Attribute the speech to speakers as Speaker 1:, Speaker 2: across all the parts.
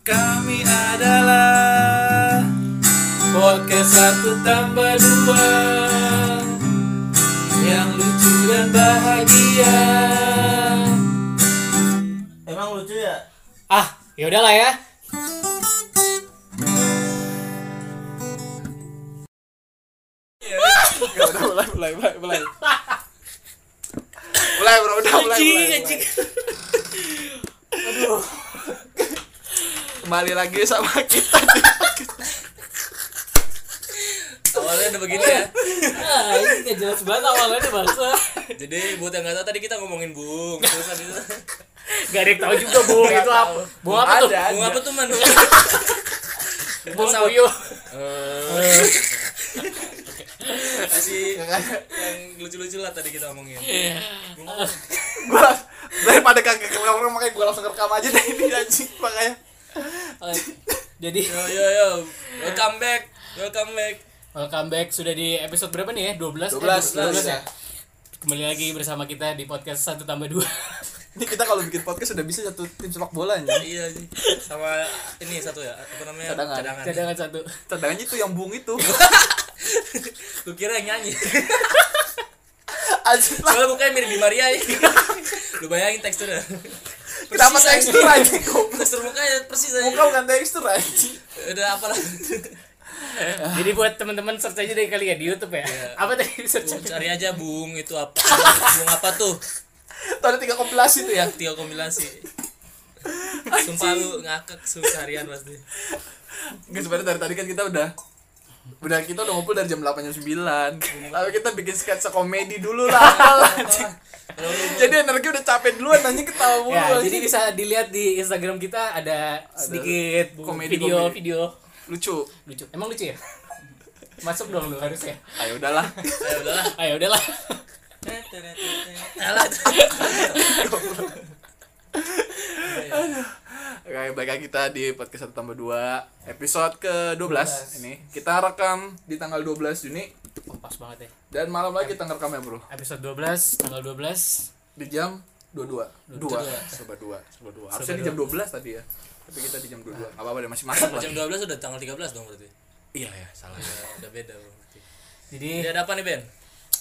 Speaker 1: Kami adalah podcast satu tambah dua yang lucu dan bahagia.
Speaker 2: Emang lucu ya?
Speaker 1: Ah, ya udahlah ya.
Speaker 3: Ya udah mulai mulai mulai mulai mulai bro udah mulai, mulai, mulai. kembali lagi sama kita di
Speaker 4: awalnya udah begini ya
Speaker 1: Ah, ini nggak jelas banget awalnya nih bangsa.
Speaker 4: jadi buat yang nggak tahu tadi kita ngomongin bung terus habis itu
Speaker 1: Gak ada yang tahu juga bu itu apa? Bu apa tuh?
Speaker 3: Ada.
Speaker 4: bung apa tuh man
Speaker 1: Bu Soyo.
Speaker 4: Eh, masih yang lucu-lucu lah tadi kita ngomongin
Speaker 3: gua daripada kagak ngomong makanya gua langsung rekam aja deh ini anjing makanya
Speaker 1: Jadi
Speaker 4: yo yo yo welcome back welcome back
Speaker 1: welcome back sudah di episode berapa nih ya? 12
Speaker 3: 12
Speaker 1: Eh,
Speaker 3: 12 ya
Speaker 1: Kembali lagi bersama kita di podcast satu tambah dua.
Speaker 3: ini kita kalau bikin podcast udah bisa satu tim sepak bola anjing
Speaker 4: iya sih sama ini satu ya apa namanya
Speaker 3: Cadangan.
Speaker 4: cadangan,
Speaker 1: Cadangan satu.
Speaker 3: cadangannya itu yang bung itu
Speaker 4: lu kira yang nyanyi
Speaker 3: anjing lah
Speaker 4: soalnya mukanya mirip di Maria ya lu bayangin teksturnya
Speaker 3: kenapa
Speaker 4: Persis
Speaker 3: tekstur
Speaker 4: aja.
Speaker 3: anjing kok
Speaker 4: tekstur mukanya persis
Speaker 3: muka
Speaker 4: aja
Speaker 3: bukan tekstur anjing
Speaker 4: udah apalah
Speaker 1: Jadi buat teman-teman search aja deh kali ya di YouTube ya. Apa tadi
Speaker 4: Bung,
Speaker 1: search?
Speaker 4: cari aja bung itu apa bung apa tuh
Speaker 3: tuh ada tiga kompilasi tuh ya
Speaker 4: tiga kombinasi sumpah lu ngakak susah harian pasti
Speaker 3: Nggak sebenarnya dari tadi kan kita udah udah kita udah ngumpul dari jam 8 jam 9 lalu kita bikin sketsa komedi dulu lah apalah, anjing.
Speaker 4: kalau lu
Speaker 3: jadi energi udah capek duluan anjing ketawa mulu
Speaker 1: Ya,
Speaker 3: anjing.
Speaker 1: jadi bisa dilihat di Instagram kita ada sedikit
Speaker 3: komedi- komedi.
Speaker 1: video-video
Speaker 3: lucu
Speaker 1: lucu. Emang lucu ya? Masuk dong lu harusnya.
Speaker 3: ayo udahlah
Speaker 4: ya udahlah
Speaker 1: Ayo udahlah.
Speaker 4: Alah,
Speaker 3: Oke, balik lagi kita di podcast 1 tambah 2 Episode ke 12 ini Kita rekam di tanggal 12 Juni
Speaker 1: Oh, pas banget ya.
Speaker 3: Dan malam lagi kita ngerekam ya bro
Speaker 1: Episode 12 tanggal 12
Speaker 3: Di jam 22 2 Sobat 2 Sobat 2 Harusnya di jam 12 tadi ya Tapi kita di jam 22 Gak apa-apa deh masih masuk lah
Speaker 4: jam 12 udah tanggal 13 dong berarti
Speaker 3: Iya ya salah
Speaker 4: udah, udah beda bro berarti
Speaker 1: Jadi
Speaker 4: Jadi ada apa nih Ben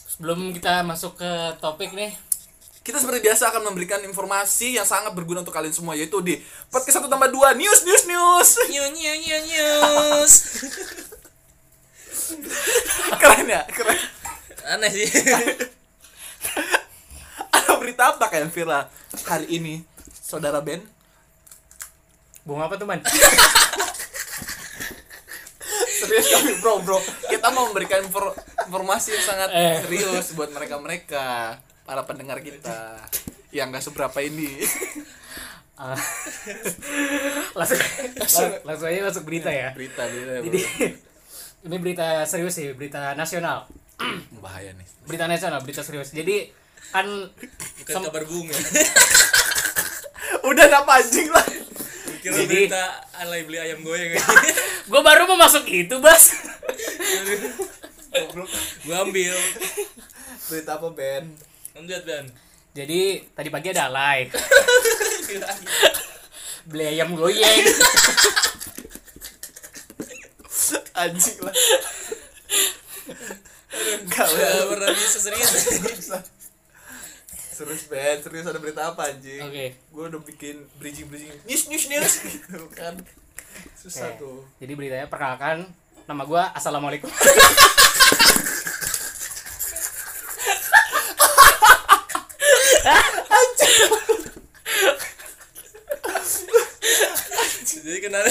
Speaker 1: sebelum kita masuk ke topik nih
Speaker 3: Kita seperti biasa akan memberikan informasi yang sangat berguna untuk kalian semua Yaitu di podcast 1 tambah 2 News news news
Speaker 4: new new new news
Speaker 3: Keren ya keren
Speaker 4: aneh sih
Speaker 3: Ada berita apa kayak viral hari ini Saudara Ben
Speaker 1: Bung apa teman?
Speaker 3: serius kami bro bro kita mau memberikan infor- informasi yang sangat
Speaker 1: Eh.
Speaker 3: serius buat mereka mereka para pendengar kita yang gak seberapa ini
Speaker 1: Ah. langsung, lang- langsung aja masuk berita ya.
Speaker 3: berita berita ya, bro.
Speaker 1: Jadi ini berita serius sih, berita nasional.
Speaker 3: bahaya nih
Speaker 1: Berita nasional, berita serius. Jadi kan
Speaker 4: bukan kabar bung ya
Speaker 3: udah apa anjing lah
Speaker 4: kira
Speaker 1: Jadi-
Speaker 4: berita alay beli ayam goyang ya.
Speaker 1: gue baru mau masuk itu, Bas.
Speaker 4: gua ambil
Speaker 3: berita apa Ben
Speaker 4: kamu lihat Ben
Speaker 1: Jadi tadi pagi ada alay. Beli ayam goyeng.
Speaker 3: anjing lah Enggak
Speaker 4: udah
Speaker 3: udah
Speaker 4: pernah bisa serius
Speaker 3: serius Ben serius ada berita apa anjing
Speaker 1: Oke.
Speaker 3: gue udah bikin bridging bridging news news news gitu kan susah
Speaker 1: Oke.
Speaker 3: tuh
Speaker 1: Jadi beritanya perkenalkan nama gue Assalamualaikum.
Speaker 4: jadi kenal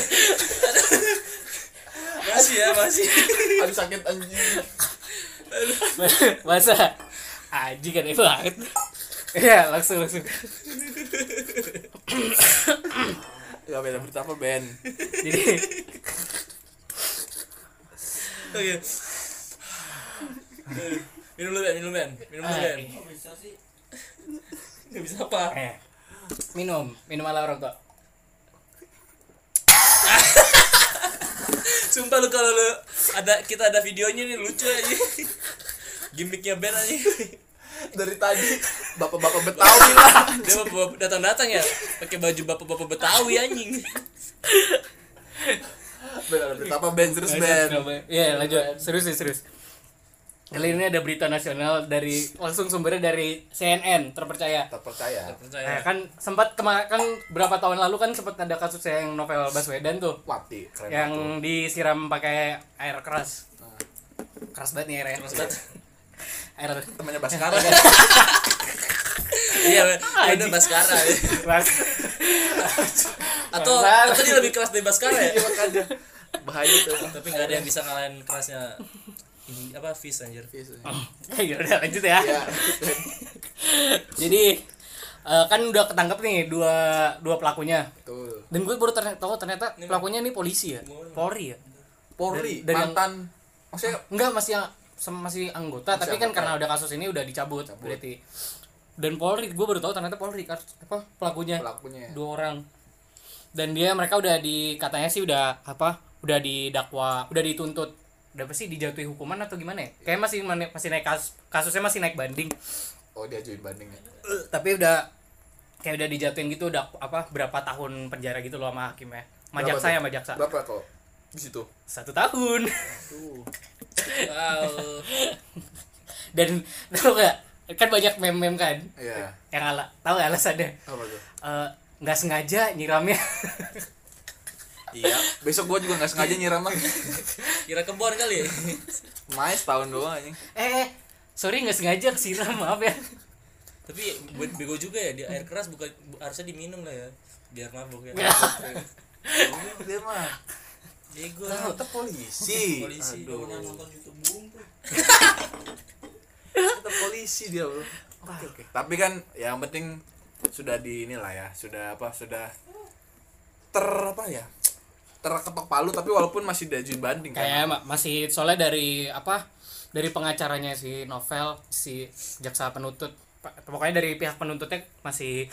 Speaker 4: masih ya masih
Speaker 3: aduh sakit anjing
Speaker 1: Masa Aji kan itu banget. Ya langsung langsung.
Speaker 3: ya Ben ada berita apa Ben
Speaker 1: Jadi
Speaker 4: Oke. Minum dulu, Ben. Minum, Ben. Minum dulu, Ben.
Speaker 1: Ah,
Speaker 4: bisa sih? Gak bisa apa?
Speaker 1: eh, minum minum ala rokok.
Speaker 4: Sumpah lu kalau lu ada kita ada videonya nih lucu aja. Gimiknya Ben aja.
Speaker 3: dari tadi bapak-bapak Betawi lah.
Speaker 4: Dia bapak datang-datang ya pakai baju bapak-bapak Betawi anjing.
Speaker 3: Benar, betapa band terus band.
Speaker 1: Iya lanjut serius nih serius. Kali ini ada berita nasional dari langsung sumbernya dari CNN terpercaya.
Speaker 3: Tak percaya.
Speaker 1: Nah,
Speaker 4: Percaya.
Speaker 1: kan sempat kema- kan berapa tahun lalu kan sempat ada kasus yang novel Baswedan tuh
Speaker 3: Wati keren
Speaker 1: yang
Speaker 3: banget
Speaker 1: disiram pakai air keras.
Speaker 3: Iya, Nah.
Speaker 1: Keras banget nih airnya.
Speaker 4: Keras banget.
Speaker 1: Air
Speaker 3: tuh. temannya Baskara kan.
Speaker 4: Iya,
Speaker 3: Ah,
Speaker 4: bener Baskara.
Speaker 1: keras.
Speaker 4: Atau
Speaker 1: Baskara.
Speaker 4: atau dia lebih keras dari Baskara ya?
Speaker 3: Iya makanya bahaya tuh.
Speaker 4: Tapi nggak ada yang bisa ngalahin kerasnya ini apa Fis anjir.
Speaker 1: ya udah lanjut ya.
Speaker 3: Ya.
Speaker 1: Jadi eh, kan udah ketangkep nih dua dua pelakunya.
Speaker 3: Betul.
Speaker 1: Dan gue baru ternyata tahu ternyata pelakunya ini polisi ya. Polri ya.
Speaker 3: Polri
Speaker 1: Dan- dan yang-
Speaker 3: mantan maksudnya
Speaker 1: Enggak masih yang- sem- masih anggota,
Speaker 3: Masih
Speaker 1: tapi kan
Speaker 3: anggota.
Speaker 1: karena udah kasus ini udah dicabut, berarti. Dan Polri, gue baru tahu ternyata Polri kan apa pelakunya
Speaker 3: pelakunya. ya?
Speaker 1: dua orang. Dan dia mereka udah di katanya sih udah apa? Udah didakwa, udah dituntut. Udah pasti dijatuhi hukuman atau gimana ya? Kayak masih mane- masih naik kasus, kasusnya masih naik banding.
Speaker 3: Oh dia ajuin banding ya.
Speaker 1: Eh, tapi udah kayak udah dijatuhin gitu udah apa berapa tahun penjara gitu loh sama hakimnya. Sama
Speaker 3: Berapa
Speaker 1: jaksa
Speaker 3: tuh?
Speaker 1: ya, sama jaksa.
Speaker 3: Berapa kok? Di situ.
Speaker 1: Satu tahun.
Speaker 3: Tuh.
Speaker 4: Wow.
Speaker 1: Dan tau gak? Kan banyak meme-meme kan?
Speaker 3: Iya.
Speaker 1: yang ala tahu nggak alasannya
Speaker 3: Apa tuh?
Speaker 1: Eh, nggak sengaja nyiramnya
Speaker 3: Iya. Besok gua juga nggak sengaja nyiram lagi.
Speaker 4: Kira kebon kali ya?
Speaker 3: Main setahun doang anjing.
Speaker 1: eh eh, sorry nggak sengaja kesiram maaf ya
Speaker 4: Tapi buat bego juga ya, dia air keras bukan bu- harusnya diminum lah ya. Biar mabuk ya.
Speaker 3: Oh, Dia mah.
Speaker 4: Bego.
Speaker 3: Tahu tuh polisi.
Speaker 4: Nah, Polisi
Speaker 3: Aduh.
Speaker 4: udah nonton YouTube bumbu.
Speaker 3: tetap polisi dia bro tapi kan yang penting sudah di inilah ya sudah apa sudah ter apa ya terketok palu tapi walaupun masih diajuin banding kan
Speaker 1: kayak ma- masih soalnya dari apa dari pengacaranya si novel si jaksa penuntut Pa- pokoknya dari pihak penuntutnya masih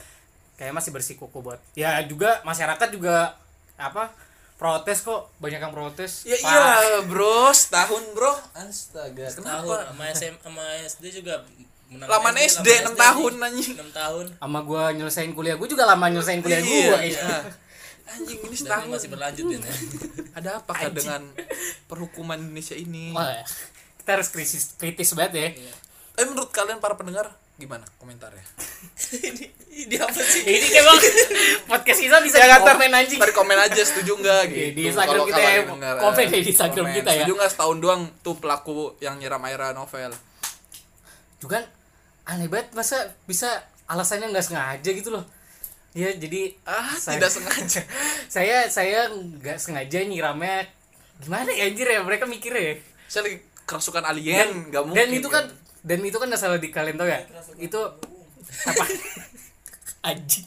Speaker 1: kayak masih bersikuku buat ya juga masyarakat juga apa protes kok banyak yang protes
Speaker 3: ya
Speaker 1: Pak,
Speaker 3: iya bro setahun bro
Speaker 4: Astaga,
Speaker 3: Kenapa?
Speaker 4: tahun sama SM sama SD juga menang.
Speaker 3: laman SD 6 tahun anjing
Speaker 4: 6 tahun.
Speaker 1: sama gua nyelesain kuliah gua juga lama nyelesain kuliah gua ya.
Speaker 3: iya. anjing ini
Speaker 4: Dan ini
Speaker 3: setahun
Speaker 4: masih berlanjut Din, ya.
Speaker 3: ada apa kah dengan perhukuman Indonesia ini
Speaker 1: Wah, ya. kita harus kritis kritis banget ya
Speaker 3: eh menurut kalian para pendengar gimana komentarnya
Speaker 4: ini ini apa sih?
Speaker 1: Ya, ini kayak bang podcast kita bisa
Speaker 3: Jangan ter-
Speaker 1: komen anjing
Speaker 3: Ntar komen aja setuju nggak
Speaker 1: Di-
Speaker 3: gitu.
Speaker 1: di Instagram
Speaker 3: Kalau
Speaker 1: kita ya,
Speaker 3: kalian dengar,
Speaker 1: komen
Speaker 3: eh,
Speaker 1: ya di Instagram
Speaker 3: komen.
Speaker 1: kita ya.
Speaker 3: Setuju nggak setahun doang tuh pelaku yang nyiram Aira novel.
Speaker 1: juga aneh banget masa bisa alasannya nggak sengaja gitu loh ya jadi
Speaker 3: Ah,
Speaker 1: Saya-
Speaker 3: tidak sengaja.
Speaker 1: saya saya nggak sengaja nyiramnya gimana ya anjir ya mereka mikir ya
Speaker 3: Saya lagi kerasukan alien, Iya, nggak mungkin. ya.
Speaker 1: dan itu kan dan itu kan nggak salah di kalian tau ya itu apa anjing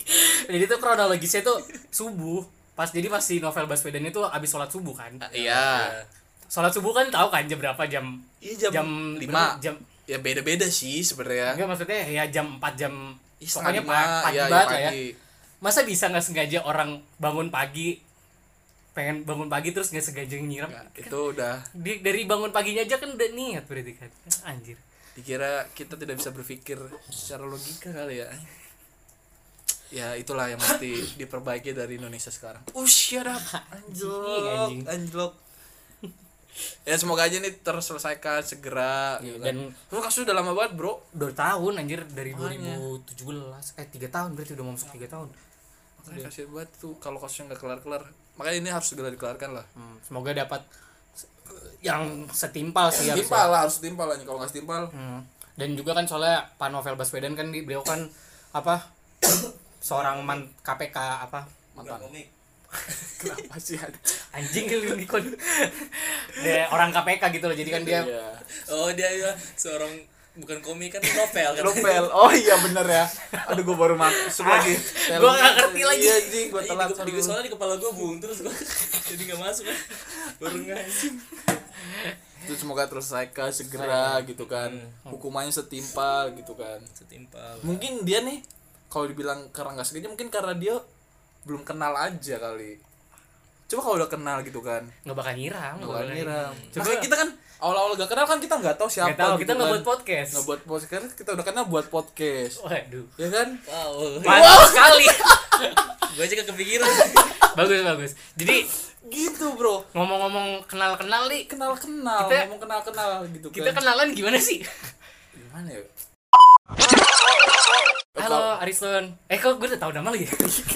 Speaker 1: jadi itu kronologisnya itu subuh pas jadi pas si novel Baswedan itu abis sholat subuh kan
Speaker 3: Ah, Iya.
Speaker 1: sholat subuh kan tahu kan jam berapa jam
Speaker 3: Iya jam,
Speaker 1: berapa?
Speaker 3: 5.
Speaker 1: jam
Speaker 3: Ya beda-beda sih sebenarnya.
Speaker 1: Enggak maksudnya ya jam 4 jam
Speaker 3: Ih,
Speaker 1: pokoknya
Speaker 3: setengah
Speaker 1: pa-
Speaker 3: lima,
Speaker 1: pagi
Speaker 3: ya, ya,
Speaker 1: banget lah ya.
Speaker 3: pagi.
Speaker 1: Masa bisa nggak sengaja orang bangun pagi pengen bangun pagi terus nggak sengaja nyiram?
Speaker 3: Ya, itu udah
Speaker 1: Di- dari bangun paginya aja kan udah niat berarti kan. Anjir.
Speaker 3: dikira kita tidak bisa berpikir secara logika kali ya. Ya itulah yang mesti diperbaiki dari Indonesia sekarang. Ush, ya dah. Anjlok,
Speaker 1: Anjing, anjing.
Speaker 3: anjlok. Iya, Ya semoga aja nih terselesaikan segera gitu kan.
Speaker 1: Dan
Speaker 3: Lu kasus udah lama banget, Bro.
Speaker 1: dua tahun anjir dari
Speaker 3: Makanya.
Speaker 1: 2017 eh tiga tahun berarti udah mau masuk tiga tahun.
Speaker 3: Makanya kasihan banget tuh kalau kasusnya nggak kelar-kelar. Makanya ini harus segera dikelarkan lah.
Speaker 1: Hmm, semoga dapat se- yang setimpal sih harusnya.
Speaker 3: Timpal lah, Iya, harus timpal lah kalau nggak timpal.
Speaker 1: Hmm. Dan juga kan soalnya Pak Novel Baswedan kan di- beliau kan apa seorang man KPK apa
Speaker 3: Mantan.
Speaker 4: komik.
Speaker 3: Kenapa sih? anjing?
Speaker 1: anjing lu nikon Dia orang KPK gitu loh jadi kan dia
Speaker 3: Iya.
Speaker 4: Oh, dia ya, seorang bukan komik kan novel kan.
Speaker 3: Novel. Oh iya bener ya. Aduh gue baru masuk lagi.
Speaker 1: Gua nggak ngerti lagi.
Speaker 3: Iya anjing, gue
Speaker 4: Iya,
Speaker 3: telat.
Speaker 4: di, di, soalnya di kepala gue bung terus gue jadi nggak masuk kan baru ngasih
Speaker 3: Itu semoga terselesaikan segera gitu kan.
Speaker 1: Hmm.
Speaker 3: Hukumannya setimpal gitu kan.
Speaker 4: setimpal
Speaker 3: Mungkin dia nih kalau dibilang karena nggak sengaja mungkin karena dia belum kenal aja kali. coba kalau udah kenal gitu kan
Speaker 1: nggak bakal nyiram nggak
Speaker 3: Bukan
Speaker 1: bakal
Speaker 3: nyiram.
Speaker 1: Coba-
Speaker 3: Makanya kita kan awal-awal gak kenal kan kita nggak tahu siapa.
Speaker 1: Hmm. nggak tahu
Speaker 3: gitu
Speaker 1: kita nggak
Speaker 3: kan.
Speaker 1: buat podcast
Speaker 3: Nggak buat podcast karena kita udah kenal buat podcast.
Speaker 1: waduh
Speaker 3: Ya kan?
Speaker 4: Wow,
Speaker 1: mantap sekali
Speaker 4: gue aja gak kepikiran.
Speaker 1: bagus bagus jadi
Speaker 3: Gitu, Bro.
Speaker 1: ngomong-ngomong kenal-kenal nih
Speaker 3: Kenal-kenal,
Speaker 1: Kita-
Speaker 3: ngomong kenal-kenal gitu
Speaker 1: kita
Speaker 3: kan.
Speaker 1: kenalan gimana sih
Speaker 3: Gimana ya?
Speaker 1: halo Ariston eh kok gue udah tahu nama lagi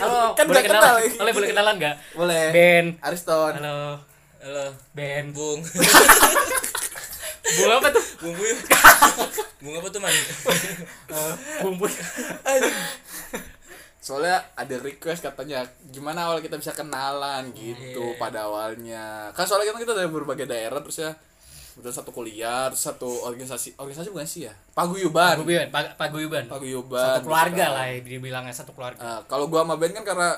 Speaker 1: halo
Speaker 3: Kan
Speaker 1: boleh
Speaker 3: udah
Speaker 1: kenalan
Speaker 3: kenal.
Speaker 1: boleh boleh kenalan nggak
Speaker 3: Boleh.
Speaker 1: Ben
Speaker 3: Ariston.
Speaker 1: halo
Speaker 4: Halo,
Speaker 1: Ben
Speaker 4: Bung.
Speaker 1: bu apa tuh
Speaker 4: Bung Buyut. Bung apa tuh, Man?
Speaker 1: bumbu
Speaker 3: Soalnya ada request katanya gimana awal kita bisa
Speaker 1: Oh,
Speaker 3: kenalan gitu
Speaker 4: Iya.
Speaker 3: pada awalnya. Kan soalnya kan kita dari berbagai daerah terus ya udah satu kuliah, terus satu organisasi, organisasi bukan sih ya? Paguyuban.
Speaker 1: Paguyuban Pag- Paguyuban
Speaker 3: Paguyuban.
Speaker 1: satu keluarga
Speaker 3: gitu kan.
Speaker 1: lah ya dibilangnya satu keluarga
Speaker 3: Eh, kalau gua sama Ben kan karena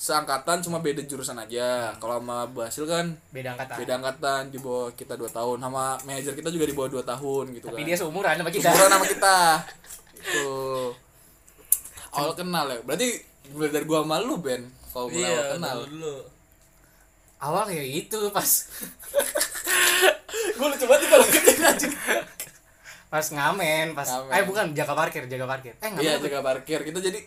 Speaker 3: seangkatan cuma beda jurusan aja. Kalau sama Basil kan
Speaker 1: beda Hmm. angkatan
Speaker 3: beda angkatan di bawah kita 2 tahun. Sama manajer kita juga di bawah 2 tahun gitu
Speaker 1: tapi
Speaker 3: kan.
Speaker 1: dia seumuran sama kita
Speaker 3: Seumuran sama kita. Itu awal kenal ya. Berarti mulai dari gua sama lu Ben kalau mulai awal
Speaker 4: Iya,
Speaker 3: kenal.
Speaker 4: dulu dulu.
Speaker 1: awal kayak gitu pas
Speaker 3: gua lucu banget kalau gitu anjing.
Speaker 1: pas ngamen pas
Speaker 3: Ngamen.
Speaker 1: eh bukan jaga parkir jaga parkir eh ngamen
Speaker 3: Iya,
Speaker 1: apa?
Speaker 3: jaga parkir. Kita jadi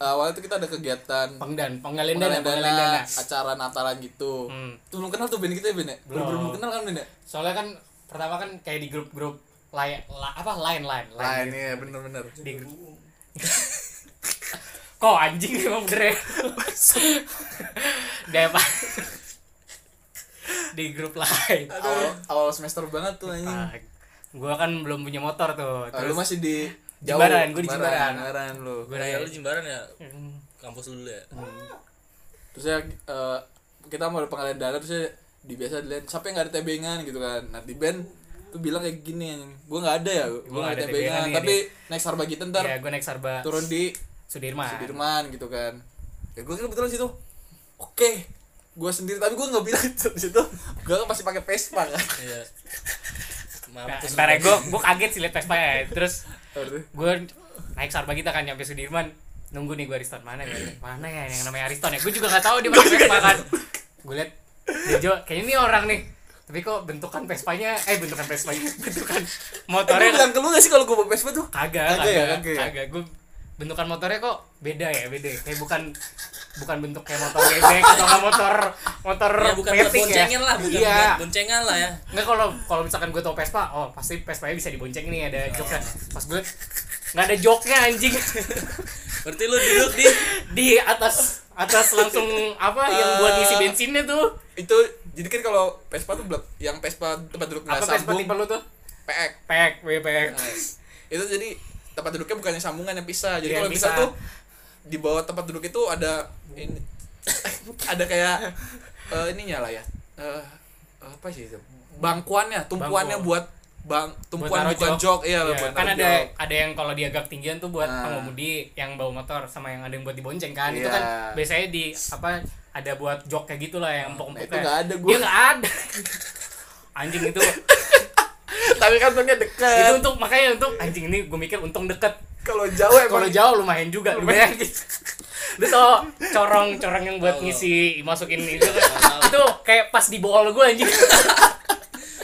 Speaker 3: awalnya tuh kita ada kegiatan
Speaker 1: pengdan penggalian dana
Speaker 3: pengenalan
Speaker 1: penggalian
Speaker 3: dana,
Speaker 1: dana
Speaker 3: acara Natalan gitu.
Speaker 1: Hmm.
Speaker 3: Tuh belum kenal tuh Ben kita ya Ben ya? Belum,
Speaker 1: Belum.
Speaker 3: belum kenal kan Ben ya?
Speaker 1: soalnya kan pertama kan kayak di grup-grup lain la, apa lain lain
Speaker 3: Lain ya bener-bener.
Speaker 1: di grup kok anjing emang bener ya Deh, Pak. di grup lain
Speaker 3: awal, awal semester banget tuh anjing.
Speaker 1: Ah, gua kan belum punya motor tuh
Speaker 3: Ah, lu
Speaker 1: terus
Speaker 3: masih di
Speaker 1: Jimbaran, gua di Jimbaran.
Speaker 3: Jimbaran lu.
Speaker 1: gua
Speaker 4: Nah, ya
Speaker 1: nanya,
Speaker 4: lu jimbaran ya? Kampus lu dulu ya?
Speaker 3: Terus ya eh, kita mau ada pengalian dana terus ya di biasa dilihat siapa yang gak ada tebengan gitu kan. Nah, di band tuh bilang kayak gini anjing. Gua nggak ada ya, gua nggak ada tebengan,
Speaker 1: nih,
Speaker 3: tapi next harba kita ntar
Speaker 1: ya gua naik sarba
Speaker 3: turun di
Speaker 1: Sudirman.
Speaker 3: Sudirman gitu kan. Ya gua kan kebetulan situ. Oke. Gua sendiri tapi gua nggak bilang di situ. Gua kan masih pakai Vespa kan.
Speaker 4: Iya.
Speaker 1: Nah,
Speaker 4: Mampus.
Speaker 1: ntar
Speaker 4: lu.
Speaker 1: ya, gua gua kaget sih liat Vespa ya. Terus
Speaker 3: Terus,
Speaker 1: gua naik sarba kita kan nyampe Sudirman. Nunggu nih gua Ariston mana ya? Mana ya yang namanya Ariston ya? Gua juga gak tahu dia pakai Vespa kan. Gua liat Dejo kayaknya ini orang nih. Tapi kok bentukan Vespanya eh bentukan Vespanya bentukan
Speaker 3: Eh, gua
Speaker 1: motornya
Speaker 3: bilang ke lu gak sih kalau gua bawa Vespa tuh?
Speaker 1: kagak
Speaker 3: Kagak ya,
Speaker 1: kagak
Speaker 3: kagak ya?
Speaker 1: kagak gua bentukan motornya kok beda ya beda ya. kayak bukan bukan bentuk kayak motor gebek atau nggak motor motor
Speaker 4: Ya bukan buat
Speaker 1: metik ya.
Speaker 4: boncengan lah, bukan
Speaker 1: Iya.
Speaker 4: buat boncengan lah ya.
Speaker 1: Nggak kalau kalau misalkan gue tau Vespa, oh pasti Vespanya bisa dibonceng nih ada joknya. Pas gue nggak ada joknya anjing
Speaker 4: Berarti lu duduk di
Speaker 1: di atas atas langsung apa yang buat
Speaker 3: Eh.
Speaker 1: ngisi bensinnya tuh
Speaker 3: itu jadi kan kalau Vespa tuh belak- yang Vespa tempat duduk nggak
Speaker 1: apa Vespa
Speaker 3: sambung
Speaker 1: tipe lu tuh
Speaker 3: PX
Speaker 1: pek weh, pek
Speaker 3: Nah, itu jadi tempat duduknya bukannya sambungan yang pisah jadi
Speaker 1: Iya,
Speaker 3: kalau pisah
Speaker 1: pisah.
Speaker 3: tuh di bawah tempat duduk itu ada ini ada kayak eh, ininya lah ya Eh, apa sih itu bangkuannya tumpuannya
Speaker 1: Bangku.
Speaker 3: buat bang tumpuan
Speaker 1: taruh
Speaker 3: bukan jok, iya
Speaker 1: Iya,
Speaker 3: buat
Speaker 1: kan ada
Speaker 3: taruh jok.
Speaker 1: ada yang kalau dia agak tinggian tuh buat
Speaker 3: Nah.
Speaker 1: pengemudi yang bawa motor sama yang ada yang buat dibonceng kan itu
Speaker 3: Iya.
Speaker 1: kan biasanya di apa ada buat jok kayak gitulah yang empuk
Speaker 3: Nah,
Speaker 1: empuk
Speaker 3: itu nggak ada
Speaker 1: dia
Speaker 3: gue
Speaker 1: nggak ada anjing itu
Speaker 3: tapi kan tongnya
Speaker 1: itu
Speaker 3: dekat
Speaker 1: untuk makanya untuk anjing ini gue mikir untung deket
Speaker 3: kalau jauh
Speaker 1: kalau
Speaker 3: emang
Speaker 1: jauh lumayan juga gitu ya. lu bayangin lu tau corong-corong yang buat
Speaker 4: Tahu.
Speaker 1: ngisi masukin itu kan. itu kayak pas di bool gue anjing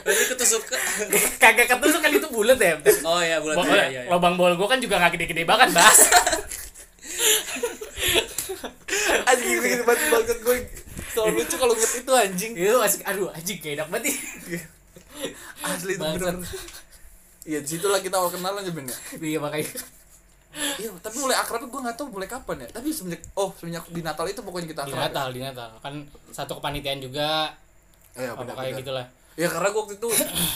Speaker 4: berarti ketusuk. ke-
Speaker 1: kagak ketusuk kan itu bulat iya, ya
Speaker 4: Oh ya, bulat
Speaker 1: Bo-
Speaker 4: ya, ya. ya.
Speaker 1: lobang bool gue kan juga gak gede-gede banget bas
Speaker 3: anjing gitu gitu banget banget gue kalau lucu kalau ngeliat itu anjing
Speaker 1: itu asik aduh anjing kayak enak banget nih.
Speaker 3: asli itu
Speaker 1: Bangsat.
Speaker 3: bener Iya, disitulah kita awal kenalan sebenarnya.
Speaker 1: iya makanya
Speaker 3: Iya, tapi mulai akrab gue nggak tahu mulai kapan ya. Tapi semenjak oh semenjak di Natal itu pokoknya kita
Speaker 1: di
Speaker 3: akrab.
Speaker 1: Natal di Natal kan satu kepanitiaan juga
Speaker 3: Iya,
Speaker 1: apa
Speaker 3: benar
Speaker 1: kayak gitu?
Speaker 3: benar.
Speaker 1: gitulah
Speaker 3: Ya karena gue waktu itu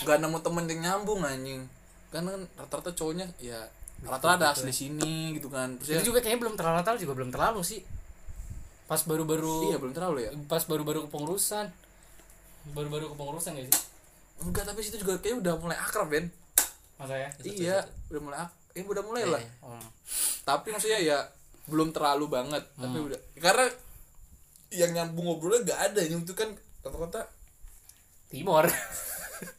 Speaker 3: nggak nemu temen yang nyambung anjing. Karena kan rata-rata cowoknya ya rata-rata ada asli sini gitu kan. Terus ya,
Speaker 1: itu juga kayaknya belum terlalu Natal juga belum terlalu sih pas
Speaker 3: iya
Speaker 1: baru-baru
Speaker 3: belum terlalu ya.
Speaker 1: pas baru-baru kepengurusan baru-baru kepengurusan gak sih
Speaker 3: Enggak, tapi situ juga kayaknya udah mulai akrab, Ben.
Speaker 1: masa ya
Speaker 4: Satu,
Speaker 3: iya, udah mulai ak- ya udah mulai lah.
Speaker 4: Iya.
Speaker 1: Hmm.
Speaker 3: Tapi maksudnya ya belum terlalu banget, tapi
Speaker 1: Hmm.
Speaker 3: udah karena yang nyambung ngobrolnya nggak ada yang itu kan rata-rata
Speaker 1: Timor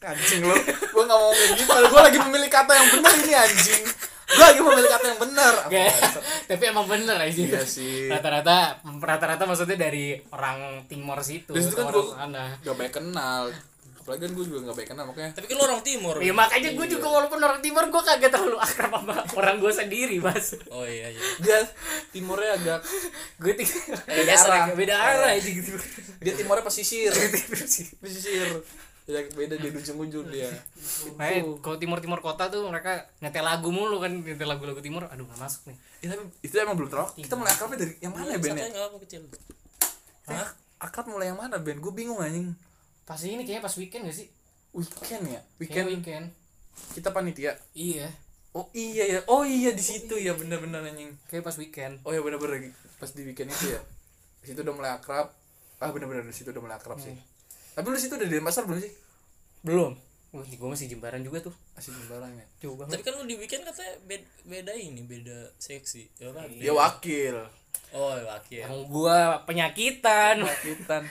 Speaker 3: anjing lo gue nggak mau kayak gitu gue lagi memilih kata yang benar ini anjing Gue lagi memilih kata yang benar.
Speaker 1: Gak, tapi emang bener aja
Speaker 3: Iya sih.
Speaker 1: rata-rata rata-rata maksudnya dari orang timur situ
Speaker 3: Dari situ kan
Speaker 1: orang
Speaker 3: gua-
Speaker 1: sana
Speaker 3: Gak baik kenal. Apalagi kan gue juga gak baik kenal makanya.
Speaker 4: Tapi kan lu orang timur.
Speaker 1: ya makanya gue juga walaupun orang timur gue kagak terlalu akrab sama orang gue sendiri mas
Speaker 4: Oh iya iya.
Speaker 3: Dia timurnya agak
Speaker 1: gue tinggal
Speaker 3: Beda arah.
Speaker 1: Ya, beda arah aja gitu
Speaker 3: dia timurnya pesisir. pesisir. Ya beda di ujung-ujung dia.
Speaker 1: Makanya kalau timur-timur kota tuh mereka nyetel lagu mulu kan nyetel lagu-lagu timur aduh gak masuk nih
Speaker 3: Ya, tapi itu emang belum terlalu. Kita mulai akrabnya dari yang mana ya Ben ya?
Speaker 4: Satunya enggak apa kecil. Hah?
Speaker 3: Akrab mulai yang mana Ben? Gue bingung anjing.
Speaker 1: pas ini kayaknya pas weekend gak sih
Speaker 3: Weekend ya?
Speaker 1: Kayaknya
Speaker 3: Weekend
Speaker 1: weekend
Speaker 3: kita panitia.
Speaker 1: iya
Speaker 3: Oh iya ya. Oh iya di situ ya bener-bener anjing.
Speaker 1: kayak pas weekend
Speaker 3: Oh ya bener-bener pas di weekend itu ya. Di situ udah mulai akrab. Ah bener-bener di situ udah mulai akrab sih.
Speaker 1: Hmm.
Speaker 3: Tapi lu situ udah di pasar belum sih?
Speaker 1: belum Wah, gue masih jembaran juga tuh
Speaker 3: Masih sembarang ya.
Speaker 1: jauh banget
Speaker 4: Tapi kan lu di weekend katanya beda, beda ini, beda seksi. Ya apa?
Speaker 1: Iya.
Speaker 3: Dia wakil.
Speaker 4: Oh, wakil.
Speaker 1: yang gua penyakitan
Speaker 3: Wakitan.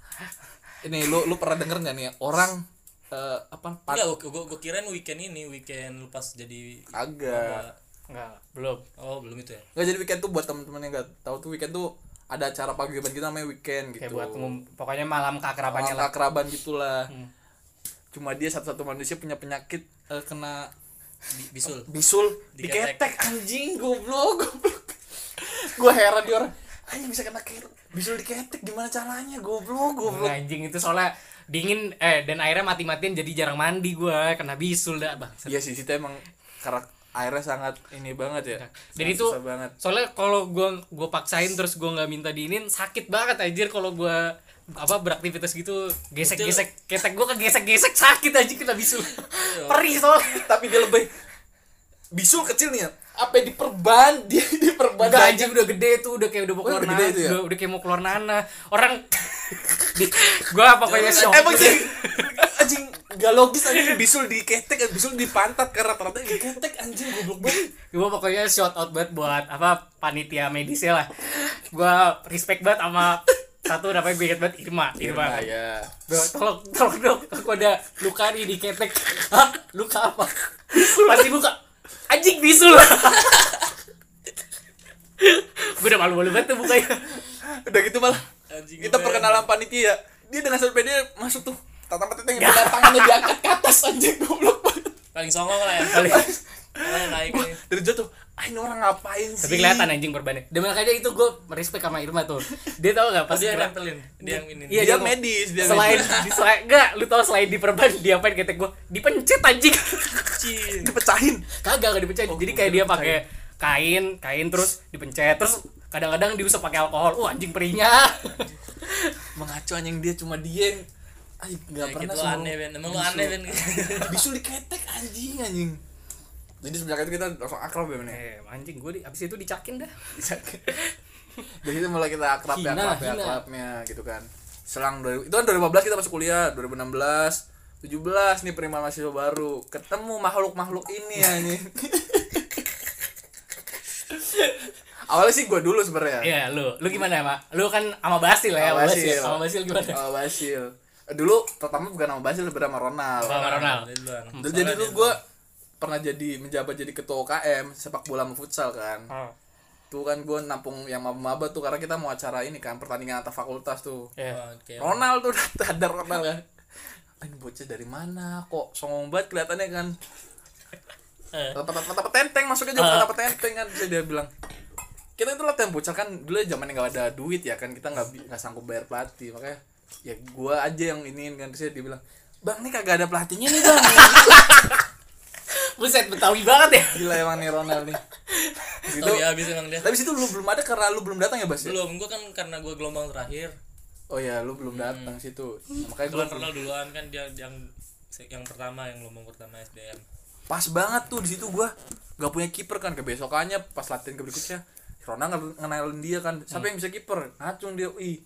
Speaker 3: Ini lu lu pernah denger nggak nih orang eh, apa pat
Speaker 4: Enggak, gua, gua, gua kirain weekend ini, weekend lu pas jadi
Speaker 3: kagak.
Speaker 1: enggak belum
Speaker 4: Oh, belum itu ya.
Speaker 3: Nggak jadi weekend tuh buat temen-temen yang nggak tahu tuh weekend tuh ada acara pagi-pagi kita namanya weekend gitu.
Speaker 1: kayak buat ngum- pokoknya malam keakrabannya
Speaker 3: Malam
Speaker 1: lah
Speaker 3: akraban gitulah.
Speaker 1: Hmm.
Speaker 3: Cuma dia satu-satu manusia punya penyakit eh, kena
Speaker 4: Bi- bisul.
Speaker 3: bisul
Speaker 4: Diketek.
Speaker 3: diketek, anjing goblok goblok. Gua heran dia orang anjing bisa kena ke- bisul diketek gimana caranya goblok goblok.
Speaker 1: anjing itu soalnya dingin eh dan airnya mati-matian jadi jarang mandi gua kena bisul dah bang
Speaker 3: Iya sih kita emang karak airnya sangat ini banget ya.
Speaker 1: Dan
Speaker 3: Sangat
Speaker 1: itu-
Speaker 3: susah banget.
Speaker 1: soalnya kalau gua gua paksain terus gua nggak minta diinin sakit banget anjir kalau gua apa beraktivitas gitu gesek-gesek ketek gua kegesek-gesek sakit anjing kena bisul perih soalnya
Speaker 3: tapi dia lebih bisul kecil nih ya apa yang diperban dia diperban
Speaker 1: Enggak anjing udah gede tuh, udah kayak udah mau
Speaker 3: Oh,
Speaker 1: keluar
Speaker 3: udah
Speaker 1: nanah,
Speaker 3: gede
Speaker 1: udah,
Speaker 3: itu ya?
Speaker 1: udah, kayak mau keluar nanah. Orang gua pokoknya shock.
Speaker 3: emang sih anjing gak logis anjing bisul diketek bisul dipantat karena rata-rata diketek anjing goblok banget
Speaker 1: Gua pokoknya shout out banget buat apa panitia medisnya lah. Gua respect banget sama satu namanya gue inget banget Irma. Irma.
Speaker 3: ya
Speaker 1: Bro, tolong tolong dong aku ada luka nih di ketek. Hah? Luka apa? Pasti buka. Anjing bisul. gue udah malu-malu banget tuh bukanya.
Speaker 3: udah gitu malah
Speaker 4: Anjing,
Speaker 3: kita
Speaker 4: gue
Speaker 3: perkenalan panitia dia dengan sepeda masuk tuh tatap teteng yang belah tangannya diangkat ke atas anjing goblok banget
Speaker 4: Paling songong lah ya.
Speaker 1: Paling-
Speaker 4: Paling naik nih.
Speaker 3: dari jatuh anjing orang ngapain sih Iya,
Speaker 1: Tapi kelihatan anjing perbannya. Dan makanya itu gue respect sama Irma tuh. Dia tau gak pas
Speaker 4: Pasti Oh, dia
Speaker 1: gerak-
Speaker 4: nempelin, dia yang ini.
Speaker 1: Iya,
Speaker 3: dia,
Speaker 1: dia-
Speaker 3: medis dia
Speaker 1: selain di selain enggak lu tau selain diperban dia apain ketek gua dipencet anjing
Speaker 4: Cil.
Speaker 3: medis. dipecahin
Speaker 1: kagak gak dipencet jadi kayak dia pakai kain kain terus dipencet terus kadang-kadang diusap pakai alkohol uh anjing perihnya
Speaker 3: mengacu anjing dia cuma dia yang anjing nggak
Speaker 4: Ya,
Speaker 3: pernah
Speaker 4: gitu lu
Speaker 3: sebelum-
Speaker 4: aneh Ben, emang lu aneh Ben.
Speaker 3: bisul diketek anjing anjing jadi sejak itu kita langsung akrab ya men
Speaker 1: eh anjing gua di abis itu dicakin dah
Speaker 3: jadi itu mulai kita akrab ya
Speaker 1: Hina,
Speaker 3: akrab ya
Speaker 1: hina.
Speaker 3: akrabnya gitu kan selang dari itu kan 2015 kita masuk kuliah 2016 17 nih perima mahasiswa baru ketemu makhluk makhluk ini anjing awalnya sih gue dulu sebenarnya
Speaker 1: Iya lu lu gimana mak lu kan sama Basil ya sama Basil sama Basil gimana
Speaker 3: sama Basil dulu pertama bukan sama Basil sebenarnya sama Ronald
Speaker 1: sama Ronald
Speaker 4: Dia duluan.
Speaker 3: Dulu jadi dulu gue pernah jadi menjabat jadi ketua UKM sepak bola sama futsal kan.
Speaker 1: Oh,
Speaker 3: Tuh kan gue nampung yang maba-maba tuh karena kita mau acara ini kan pertandingan antar fakultas tuh.
Speaker 1: iya.
Speaker 4: Oh, oke.
Speaker 3: Ronald tuh datang, ada Ronald kan. Ah, Ini bocah dari mana kok songong banget kelihatannya kan.
Speaker 1: Eh.
Speaker 3: Tata-tata petenteng masuknya juga tata petenteng kan Terus dia bilang kita itu latihan bocah kan dulu zamannya nggak ada duit ya kan kita nggak bi- nggak sanggup bayar pelatih makanya ya gua aja yang iniin kan terus dia bilang bang ini kagak ada pelatihnya nih bang
Speaker 1: Buset Betawi banget ya.
Speaker 3: Gila emang nih Ronald nih. Di situ,
Speaker 4: Tapi habis emang dia.
Speaker 3: tapi situ lu belum ada karena lu belum datang ya Bas
Speaker 4: Oh,
Speaker 3: ya?
Speaker 4: iya. Belum, gua kan karena gua gelombang terakhir.
Speaker 3: Oh ya, lu belum datang situ. Nah, makanya gua
Speaker 4: Kebetulan Ronald duluan kan dia yang yang pertama yang gelombang pertama SDM.
Speaker 3: pas banget tuh di situ gua gak punya kiper kan kebesokannya pas latihan ke berikutnya Ronald nge- ngenalin dia kan siapa
Speaker 1: Hmm.
Speaker 3: yang bisa kiper ngacung dia ih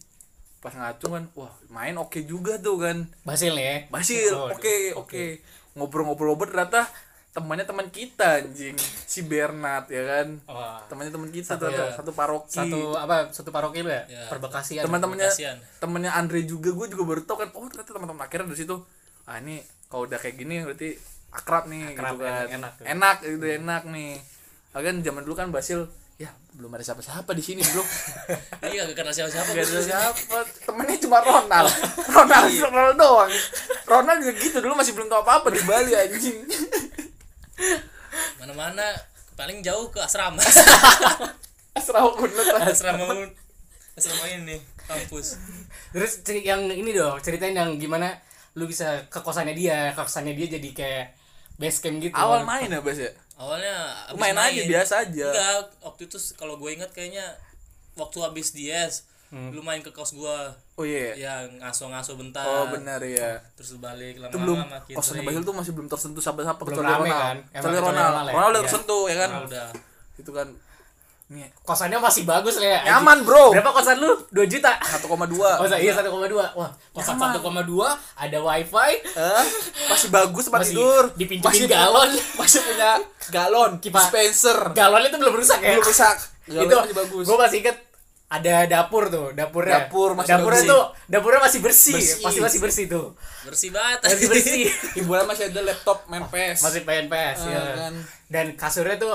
Speaker 3: pas ngacung kan wah main oke juga tuh kan
Speaker 1: Basil nih ya.
Speaker 3: Basil
Speaker 1: Oh,
Speaker 3: oke oke ngobrol-ngobrol ngobrol ternyata temannya teman kita anjing si Bernard ya kan
Speaker 1: Wah. ya.
Speaker 3: temannya teman kita satu, satu paroki
Speaker 1: Satu apa satu paroki lu ya?
Speaker 4: Iya.
Speaker 1: Perbekasian.
Speaker 3: teman-temannya
Speaker 4: kasihan.
Speaker 3: temennya Andre juga gue juga baru tau kan oh ternyata teman-teman akhirnya dari situ ah ini kalau udah kayak gini berarti akrab nih
Speaker 1: Akrab,
Speaker 3: gitu kan.
Speaker 1: enak, enak.
Speaker 3: Enak gitu, enak nih. Lagian zaman dulu kan Basil ya belum ada siapa-siapa di sini, Bro.
Speaker 4: iya gak kenal siapa siapa
Speaker 3: Gak ada siapa. Temennya cuma Ronald. Ronald Ronald doang. Ronald juga gitu dulu masih belum tahu apa-apa di Bali anjing.
Speaker 4: mana mana paling jauh ke asrama
Speaker 3: Asrama kunut lah.
Speaker 4: asrama asrama ini kampus
Speaker 1: Terus ceri- yang ini dong, ceritain yang gimana lu bisa ke kosannya dia, ke kosannya dia jadi kayak base camp gitu.
Speaker 3: Awal main ya, Bas ya?
Speaker 4: awalnya abis
Speaker 3: Main aja, biasa aja.
Speaker 4: enggak waktu itu s- kalau gue ingat kayaknya waktu habis dies lu main ke kos gue
Speaker 3: Oh Hmm. iya.
Speaker 4: yang ngaso-ngaso bentar
Speaker 3: Oh benar ya.
Speaker 4: terus lu balik
Speaker 3: itu belum
Speaker 4: lama-lama Ah, makin
Speaker 3: kosannya
Speaker 4: sering
Speaker 3: Basil tuh masih belum tersentuh siapa-siapa
Speaker 1: Belum
Speaker 3: kecuali
Speaker 1: rame
Speaker 3: Ronald.
Speaker 1: kan? Emang
Speaker 3: Kecuali
Speaker 1: kecuali
Speaker 3: Ronald.
Speaker 1: Ronald ya?
Speaker 3: Ronald udah
Speaker 1: Iya.
Speaker 3: tersentuh ya kan.
Speaker 4: Nah, udah
Speaker 3: Itu kan nih
Speaker 1: Kosannya masih bagus lah ya. anjing.
Speaker 3: Nyaman, bro.
Speaker 1: Berapa kosan lu? 2 juta.
Speaker 3: 1,2.
Speaker 1: Oh iya 1,2. Wah, kosan 1,2 ada wifi,
Speaker 3: Eh, masih bagus tempat
Speaker 1: Masih
Speaker 3: tidur.
Speaker 1: dipinjemin
Speaker 3: Masih-
Speaker 1: galon.
Speaker 3: Masih punya galon,
Speaker 1: Kipas.
Speaker 3: dispenser.
Speaker 1: galonnya tuh belum rusak ya.
Speaker 3: Belum rusak.
Speaker 1: itu
Speaker 3: Galonnya masih bagus.
Speaker 1: Gue masih inget ada dapur tuh, dapurnya.
Speaker 3: Dapur masih
Speaker 1: dapurnya
Speaker 3: bagus.
Speaker 1: tuh, dapurnya masih bersih,
Speaker 3: Bersih.
Speaker 1: pasti masih bersih tuh.
Speaker 4: bersih banget
Speaker 1: Masih bersih.
Speaker 3: Hiburan masih ada laptop main PS.
Speaker 1: masih PNPS
Speaker 3: Ah,
Speaker 1: ya.
Speaker 3: kan.
Speaker 1: Dan kasurnya tuh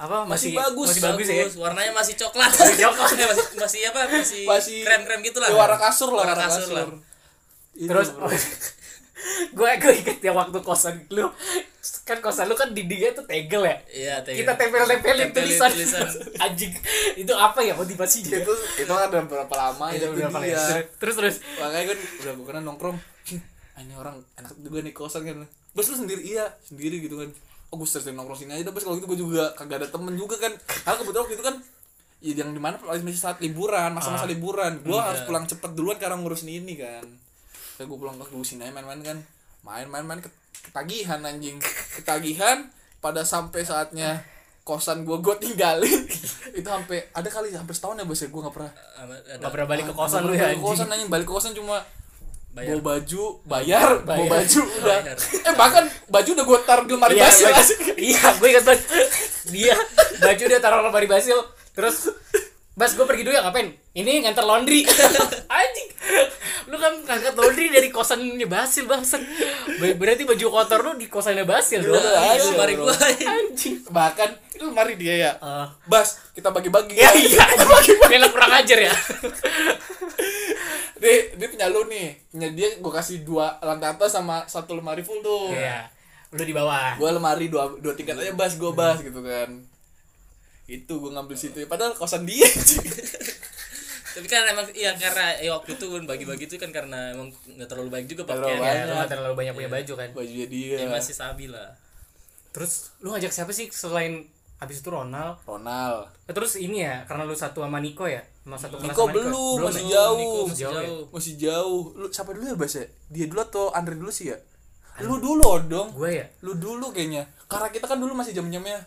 Speaker 1: apa masih
Speaker 3: Masih bagus,
Speaker 1: masih bagus, ya.
Speaker 4: warnanya masih coklat
Speaker 1: Masih coklat.
Speaker 4: Eh, masih masih apa masih,
Speaker 3: Masih-
Speaker 4: krem krem gitu lah
Speaker 3: Ya, warna kasur lah,
Speaker 4: warna
Speaker 3: warna
Speaker 4: kasur, lah
Speaker 3: kasur. Itu,
Speaker 1: Terus
Speaker 3: Gitu, bro.
Speaker 1: gue gue inget yang waktu kosan lu kan kosan lu kan dindingnya tuh tegel ya.
Speaker 4: iya tega.
Speaker 1: Kita tempel-tempelin
Speaker 4: Tempelin
Speaker 1: tulisan. Anjing, itu apa ya motivasinya?
Speaker 3: itu itu kan udah berapa lama
Speaker 1: Itu
Speaker 3: itu,
Speaker 1: berapa
Speaker 3: dia.
Speaker 1: ya? Terus terus
Speaker 3: Makanya gue udah gue kena nongkrong. "Ih, Ini orang enak juga nih kosan kan. Bos lu sendiri iya, sendiri gitu kan. Oh gue sering nongkrong sini aja, dah, bos kalau gitu gue juga kagak ada temen juga kan. Karena kebetulan waktu itu kan ya yang dimana masih saat liburan, masa-masa
Speaker 1: Ah.
Speaker 3: liburan. Gue
Speaker 1: Iya.
Speaker 3: harus pulang cepet duluan karena ngurusin ini kan. Terus gue pulang ke gue sini aja main-main kan. Main-main-main ke- ketagihan anjing. Ketagihan pada sampai saatnya kosan gue gue tinggalin itu sampai ada kali hampir setahun ya bos ya gue nggak pernah
Speaker 1: nggak pernah balik ke kosan lu
Speaker 3: Ah, Balik
Speaker 1: ya
Speaker 3: ke kosan
Speaker 1: anjing.
Speaker 3: anjing balik ke kosan cuma
Speaker 4: Bayar.
Speaker 3: bawa baju bayar, bawa
Speaker 1: Bayar.
Speaker 3: baju udah
Speaker 4: Bayar.
Speaker 3: eh bahkan baju udah gue taruh di lemari
Speaker 1: Iya,
Speaker 3: basi
Speaker 1: gua-
Speaker 3: asik.
Speaker 1: iya, gue inget banget. Dia baju dia taruh lemari Basil, terus Bas, gue pergi dulu ya ngapain? Ini nganter laundry. Anjing. Lu kan ngangkat laundry dari kosannya Basil, Basil. Berarti baju kotor lu di kosannya Basil dong.
Speaker 3: Gila,
Speaker 1: Iya,
Speaker 3: aduh,
Speaker 1: lemari
Speaker 3: bro.
Speaker 1: gua. Anjing.
Speaker 3: bahkan itu lemari dia ya
Speaker 1: Eh.
Speaker 3: bas kita bagi-bagi
Speaker 1: Ya iya, Bella kurang ajar ya.
Speaker 3: dia, dia punya lu nih punya dia gue kasih dua lantai atas sama satu lemari full tuh
Speaker 1: Iya. Lu di bawah.
Speaker 3: gue lemari dua dua tingkat aja bas gue bas gitu kan itu gue ngambil situ padahal kosan dia
Speaker 4: tapi kan emang iya karena ya, waktu itu kan bagi-bagi itu kan karena emang nggak terlalu baik juga
Speaker 3: Terlalu
Speaker 4: pakaiannya
Speaker 1: Ya, lu nggak terlalu banyak punya baju kan.
Speaker 3: bajunya
Speaker 4: ya,
Speaker 3: dia
Speaker 4: masih stabil lah
Speaker 1: Terus lu ngajak siapa sih selain habis itu Ronald?
Speaker 3: Ronald
Speaker 1: Eh, Terus ini ya, karena lu satu sama Niko ya? Sama satu kelas
Speaker 3: Niko
Speaker 1: sama
Speaker 3: belum,
Speaker 1: Belum
Speaker 3: masih
Speaker 1: ya?
Speaker 3: jauh.
Speaker 4: Niko masih
Speaker 1: Jauh ya?
Speaker 4: jauh
Speaker 3: masih jauh lu siapa dulu ya bas ya dia dulu atau Andre dulu sih ya lu dulu dong
Speaker 1: Gue ya?
Speaker 3: lu dulu kayaknya karena kita kan dulu masih jam-jamnya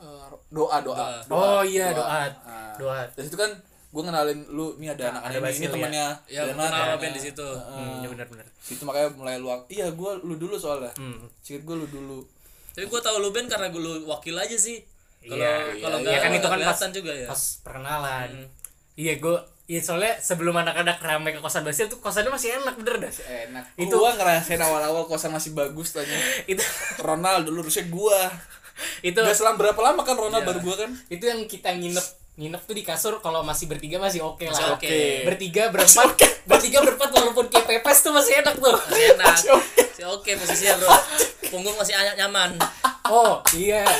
Speaker 3: eh, doa doa
Speaker 4: Doa.
Speaker 1: oh iya, doa.
Speaker 3: Ah.
Speaker 1: Doa.
Speaker 3: dari situ kan gue ngenalin lu nih ada anak
Speaker 1: ada
Speaker 3: anak ini, Ah, ini
Speaker 1: Basil ya.
Speaker 3: temannya
Speaker 4: ya
Speaker 3: Dana,
Speaker 4: kenal sama
Speaker 3: Dana.
Speaker 4: band di situ
Speaker 1: Hmm, ya benar-benar.
Speaker 4: iya.
Speaker 3: situ makanya mulai lu iya gue lu dulu soalnya
Speaker 1: Hmm.
Speaker 3: sedikit gue lu dulu
Speaker 4: tapi gua tau lu band karena gua lu wakil aja sih kalau
Speaker 1: Iya,
Speaker 4: kalau
Speaker 1: iya,
Speaker 4: nggak
Speaker 1: iya, kan itu kan pas-
Speaker 4: kelihatan juga ya
Speaker 1: Pas perkenalan.
Speaker 4: Hmm.
Speaker 1: Iya, gue Iya soalnya sebelum anak-anak ramai ke kosan Basil tuh kosannya masih enak bener dah.
Speaker 3: enak
Speaker 1: Itu-
Speaker 3: itu gue ngerasain awal-awal kosan masih bagus tanya
Speaker 1: Itu
Speaker 3: Ronald dulu harusnya gue
Speaker 1: itu Iya.
Speaker 3: Gak selama berapa lama kan Ronald baru gue kan
Speaker 1: itu yang kita nginep nginep tuh di kasur kalau masih bertiga masih oke
Speaker 4: Masih
Speaker 1: lah.
Speaker 4: oke.
Speaker 1: Bertiga berempat, bertiga berempat walaupun kayak pepes tuh masih enak tuh.
Speaker 4: masih enak masih oke posisinya bro punggung masih anyak nyaman
Speaker 1: Oh iya.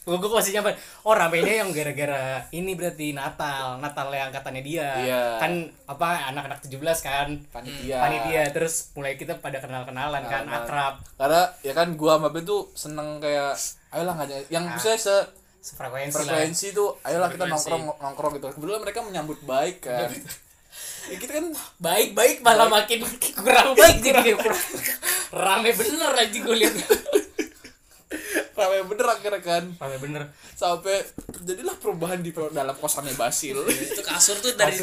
Speaker 1: Gue gue masih nyaman. Oh ramainya yang gara-gara ini berarti Natal, Natal yang angkatannya dia.
Speaker 3: Iya.
Speaker 1: Kan apa anak-anak 17 kan.
Speaker 3: panitia
Speaker 1: Panitia terus mulai kita pada kenal-kenalan kan
Speaker 3: Kenalan.
Speaker 1: akrab.
Speaker 3: karena ya kan gua sama Ben tuh seneng kayak ayolah ngajak yang bisa se
Speaker 1: Sefrekuensi lah.
Speaker 3: frekuensi tuh ayolah kita
Speaker 4: Frekuensi.
Speaker 3: nongkrong nongkrong gitu kebetulan mereka menyambut baik kan ya kita kan
Speaker 1: Baik-baik malah makin kurang baik jadi kurang. Rame bener aja gue liat.
Speaker 3: ramai bener akhirnya kan
Speaker 1: Rame bener.
Speaker 3: sampai jadilah perubahan di dalam kosannya Basil
Speaker 4: itu kasur tuh dari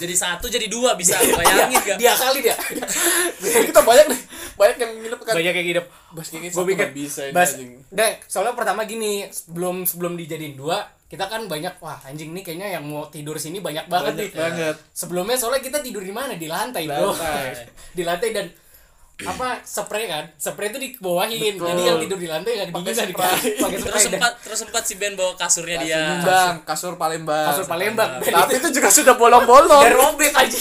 Speaker 4: jadi satu jadi dua bisa bayangin gak
Speaker 1: Dia kali dia.
Speaker 3: kita banyak nih banyak yang nginep kan
Speaker 1: Iya. Banyak yang hidup.
Speaker 3: Bas kayaknya
Speaker 1: gue
Speaker 3: satu
Speaker 1: pikir
Speaker 3: nggak bisa ini
Speaker 1: Bas,
Speaker 3: anjing.
Speaker 1: deh, soalnya pertama gini sebelum sebelum dijadiin dua kita kan banyak wah anjing nih kayaknya yang mau tidur sini banyak banget
Speaker 3: banyak
Speaker 1: nih
Speaker 3: banget
Speaker 1: sebelumnya soalnya kita tidur di mana di lantai, bro
Speaker 3: Lantai.
Speaker 1: di lantai dan apa spray kan spray itu dibawahin
Speaker 3: Betul.
Speaker 1: jadi yang tidur di lantai nggak kedinginan
Speaker 3: Pakai
Speaker 1: kan
Speaker 3: spray.
Speaker 1: pakai
Speaker 4: terus
Speaker 1: spray dan
Speaker 4: sempat terus sempat si Ben bawa kasurnya dia
Speaker 3: Palembang, kasur Palembang.
Speaker 1: Iya. kasur Palembang Dan
Speaker 3: Tapi itu juga sudah bolong-bolong.
Speaker 1: dan robek aja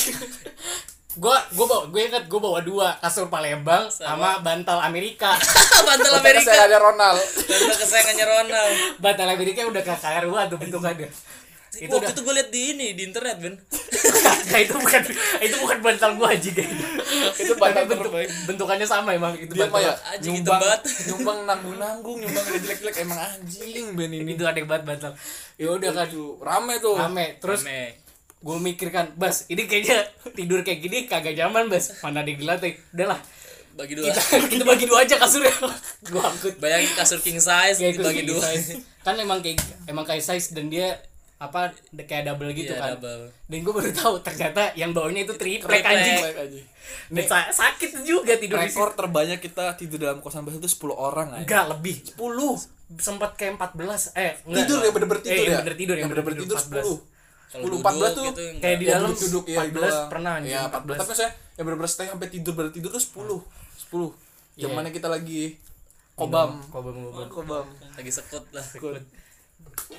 Speaker 1: gue gue bawa gue ingat gue bawa dua kasur Palembang sama bantal Amerika
Speaker 4: bantal
Speaker 3: Amerika.
Speaker 4: Amerika
Speaker 3: Saya ada Ronald.
Speaker 4: bantal kesayangannya Ronald
Speaker 1: bantal Amerika udah kakak ruah tuh bentukannya itu
Speaker 4: waktu
Speaker 1: udah
Speaker 4: itu gue liat di ini di internet Ben
Speaker 1: nah, itu bukan itu bukan bantal gua aja kayaknya
Speaker 3: Itu bantal
Speaker 1: Tapi bentuk, bentukannya sama emang itu
Speaker 3: Dia mah ya
Speaker 4: Anjing, hitam
Speaker 3: nyumbang,
Speaker 4: banget.
Speaker 3: nyumbang nanggung-nanggung, nyumbang ada jelek-jelek emang anjing Ben ini.
Speaker 1: itu aneh banget bantal ya udah kan
Speaker 3: Aduh, rame tuh.
Speaker 1: rame terus
Speaker 4: Rame.
Speaker 1: gue mikirkan bas ini kayaknya tidur kayak gini kagak nyaman bas mana ada yang di lantai udahlah
Speaker 4: bagi dua
Speaker 1: kita kita bagi dua aja kasurnya gue angkut
Speaker 4: bayangin kasur king size
Speaker 1: kayak
Speaker 4: dibagi
Speaker 1: gitu
Speaker 4: dua
Speaker 1: kan emang kayak emang kayak size dan dia apa kayak double gitu
Speaker 4: Iya,
Speaker 1: kan
Speaker 4: double.
Speaker 1: dan gue baru tahu ternyata yang bawahnya itu triplek
Speaker 4: Triplek.
Speaker 1: anjing
Speaker 3: Jelek aja.
Speaker 1: Dan sa- sakit juga tidur di
Speaker 3: Rekor
Speaker 1: situ
Speaker 3: terbanyak kita tidur dalam kosan basah itu 10 orang aja.
Speaker 1: enggak lebih 10 sempat kayak 14 eh enggak.
Speaker 3: Tidur yang bener-bener tidur
Speaker 1: eh, yang
Speaker 3: ya.
Speaker 1: bener tidur yang bener-bener
Speaker 3: tidur
Speaker 1: 14.
Speaker 4: Kalau
Speaker 3: 10. 10
Speaker 4: duduk
Speaker 3: 14 tuh
Speaker 4: gitu, enggak.
Speaker 1: kayak di
Speaker 3: Ya,
Speaker 1: dalam
Speaker 3: duduk-duduk ya,
Speaker 1: 14
Speaker 3: doang.
Speaker 1: pernah anjing
Speaker 3: ya 14 tapi saya yang bener-bener stay sampai tidur bener tidur tuh 10 10 yang
Speaker 1: Iya.
Speaker 3: mana kita lagi kobam
Speaker 1: kobam kobam
Speaker 3: kobam
Speaker 4: lagi sekut lah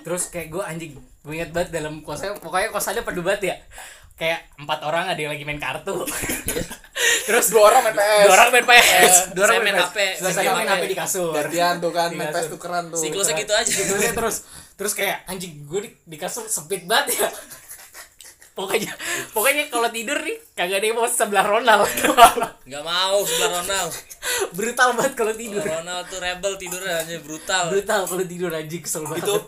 Speaker 1: terus kayak gue anjing gue inget banget dalam kosnya pokoknya kosannya penuh banget ya kayak empat orang ada yang lagi main kartu terus
Speaker 3: dua orang main PS
Speaker 1: dua orang main PS dua orang
Speaker 4: saya main HP,
Speaker 1: selesai
Speaker 4: saya
Speaker 1: main
Speaker 4: main
Speaker 1: HP di kasur
Speaker 3: gantian tuh kan main
Speaker 1: Iya,
Speaker 3: PS
Speaker 1: tuh.
Speaker 3: tukeran tuh
Speaker 4: siklusnya gitu aja
Speaker 1: Gitu deh, terus terus kayak anjing gue di, di kasur sempit banget ya pokoknya pokoknya kalau tidur nih kagak ada yang mau sebelah Ronald
Speaker 4: nggak mau sebelah Ronald
Speaker 1: brutal banget kalau tidur
Speaker 4: Kalau Ronald tuh rebel tidurnya aja brutal
Speaker 1: brutal kalau tidur anjing kesel banget
Speaker 3: itu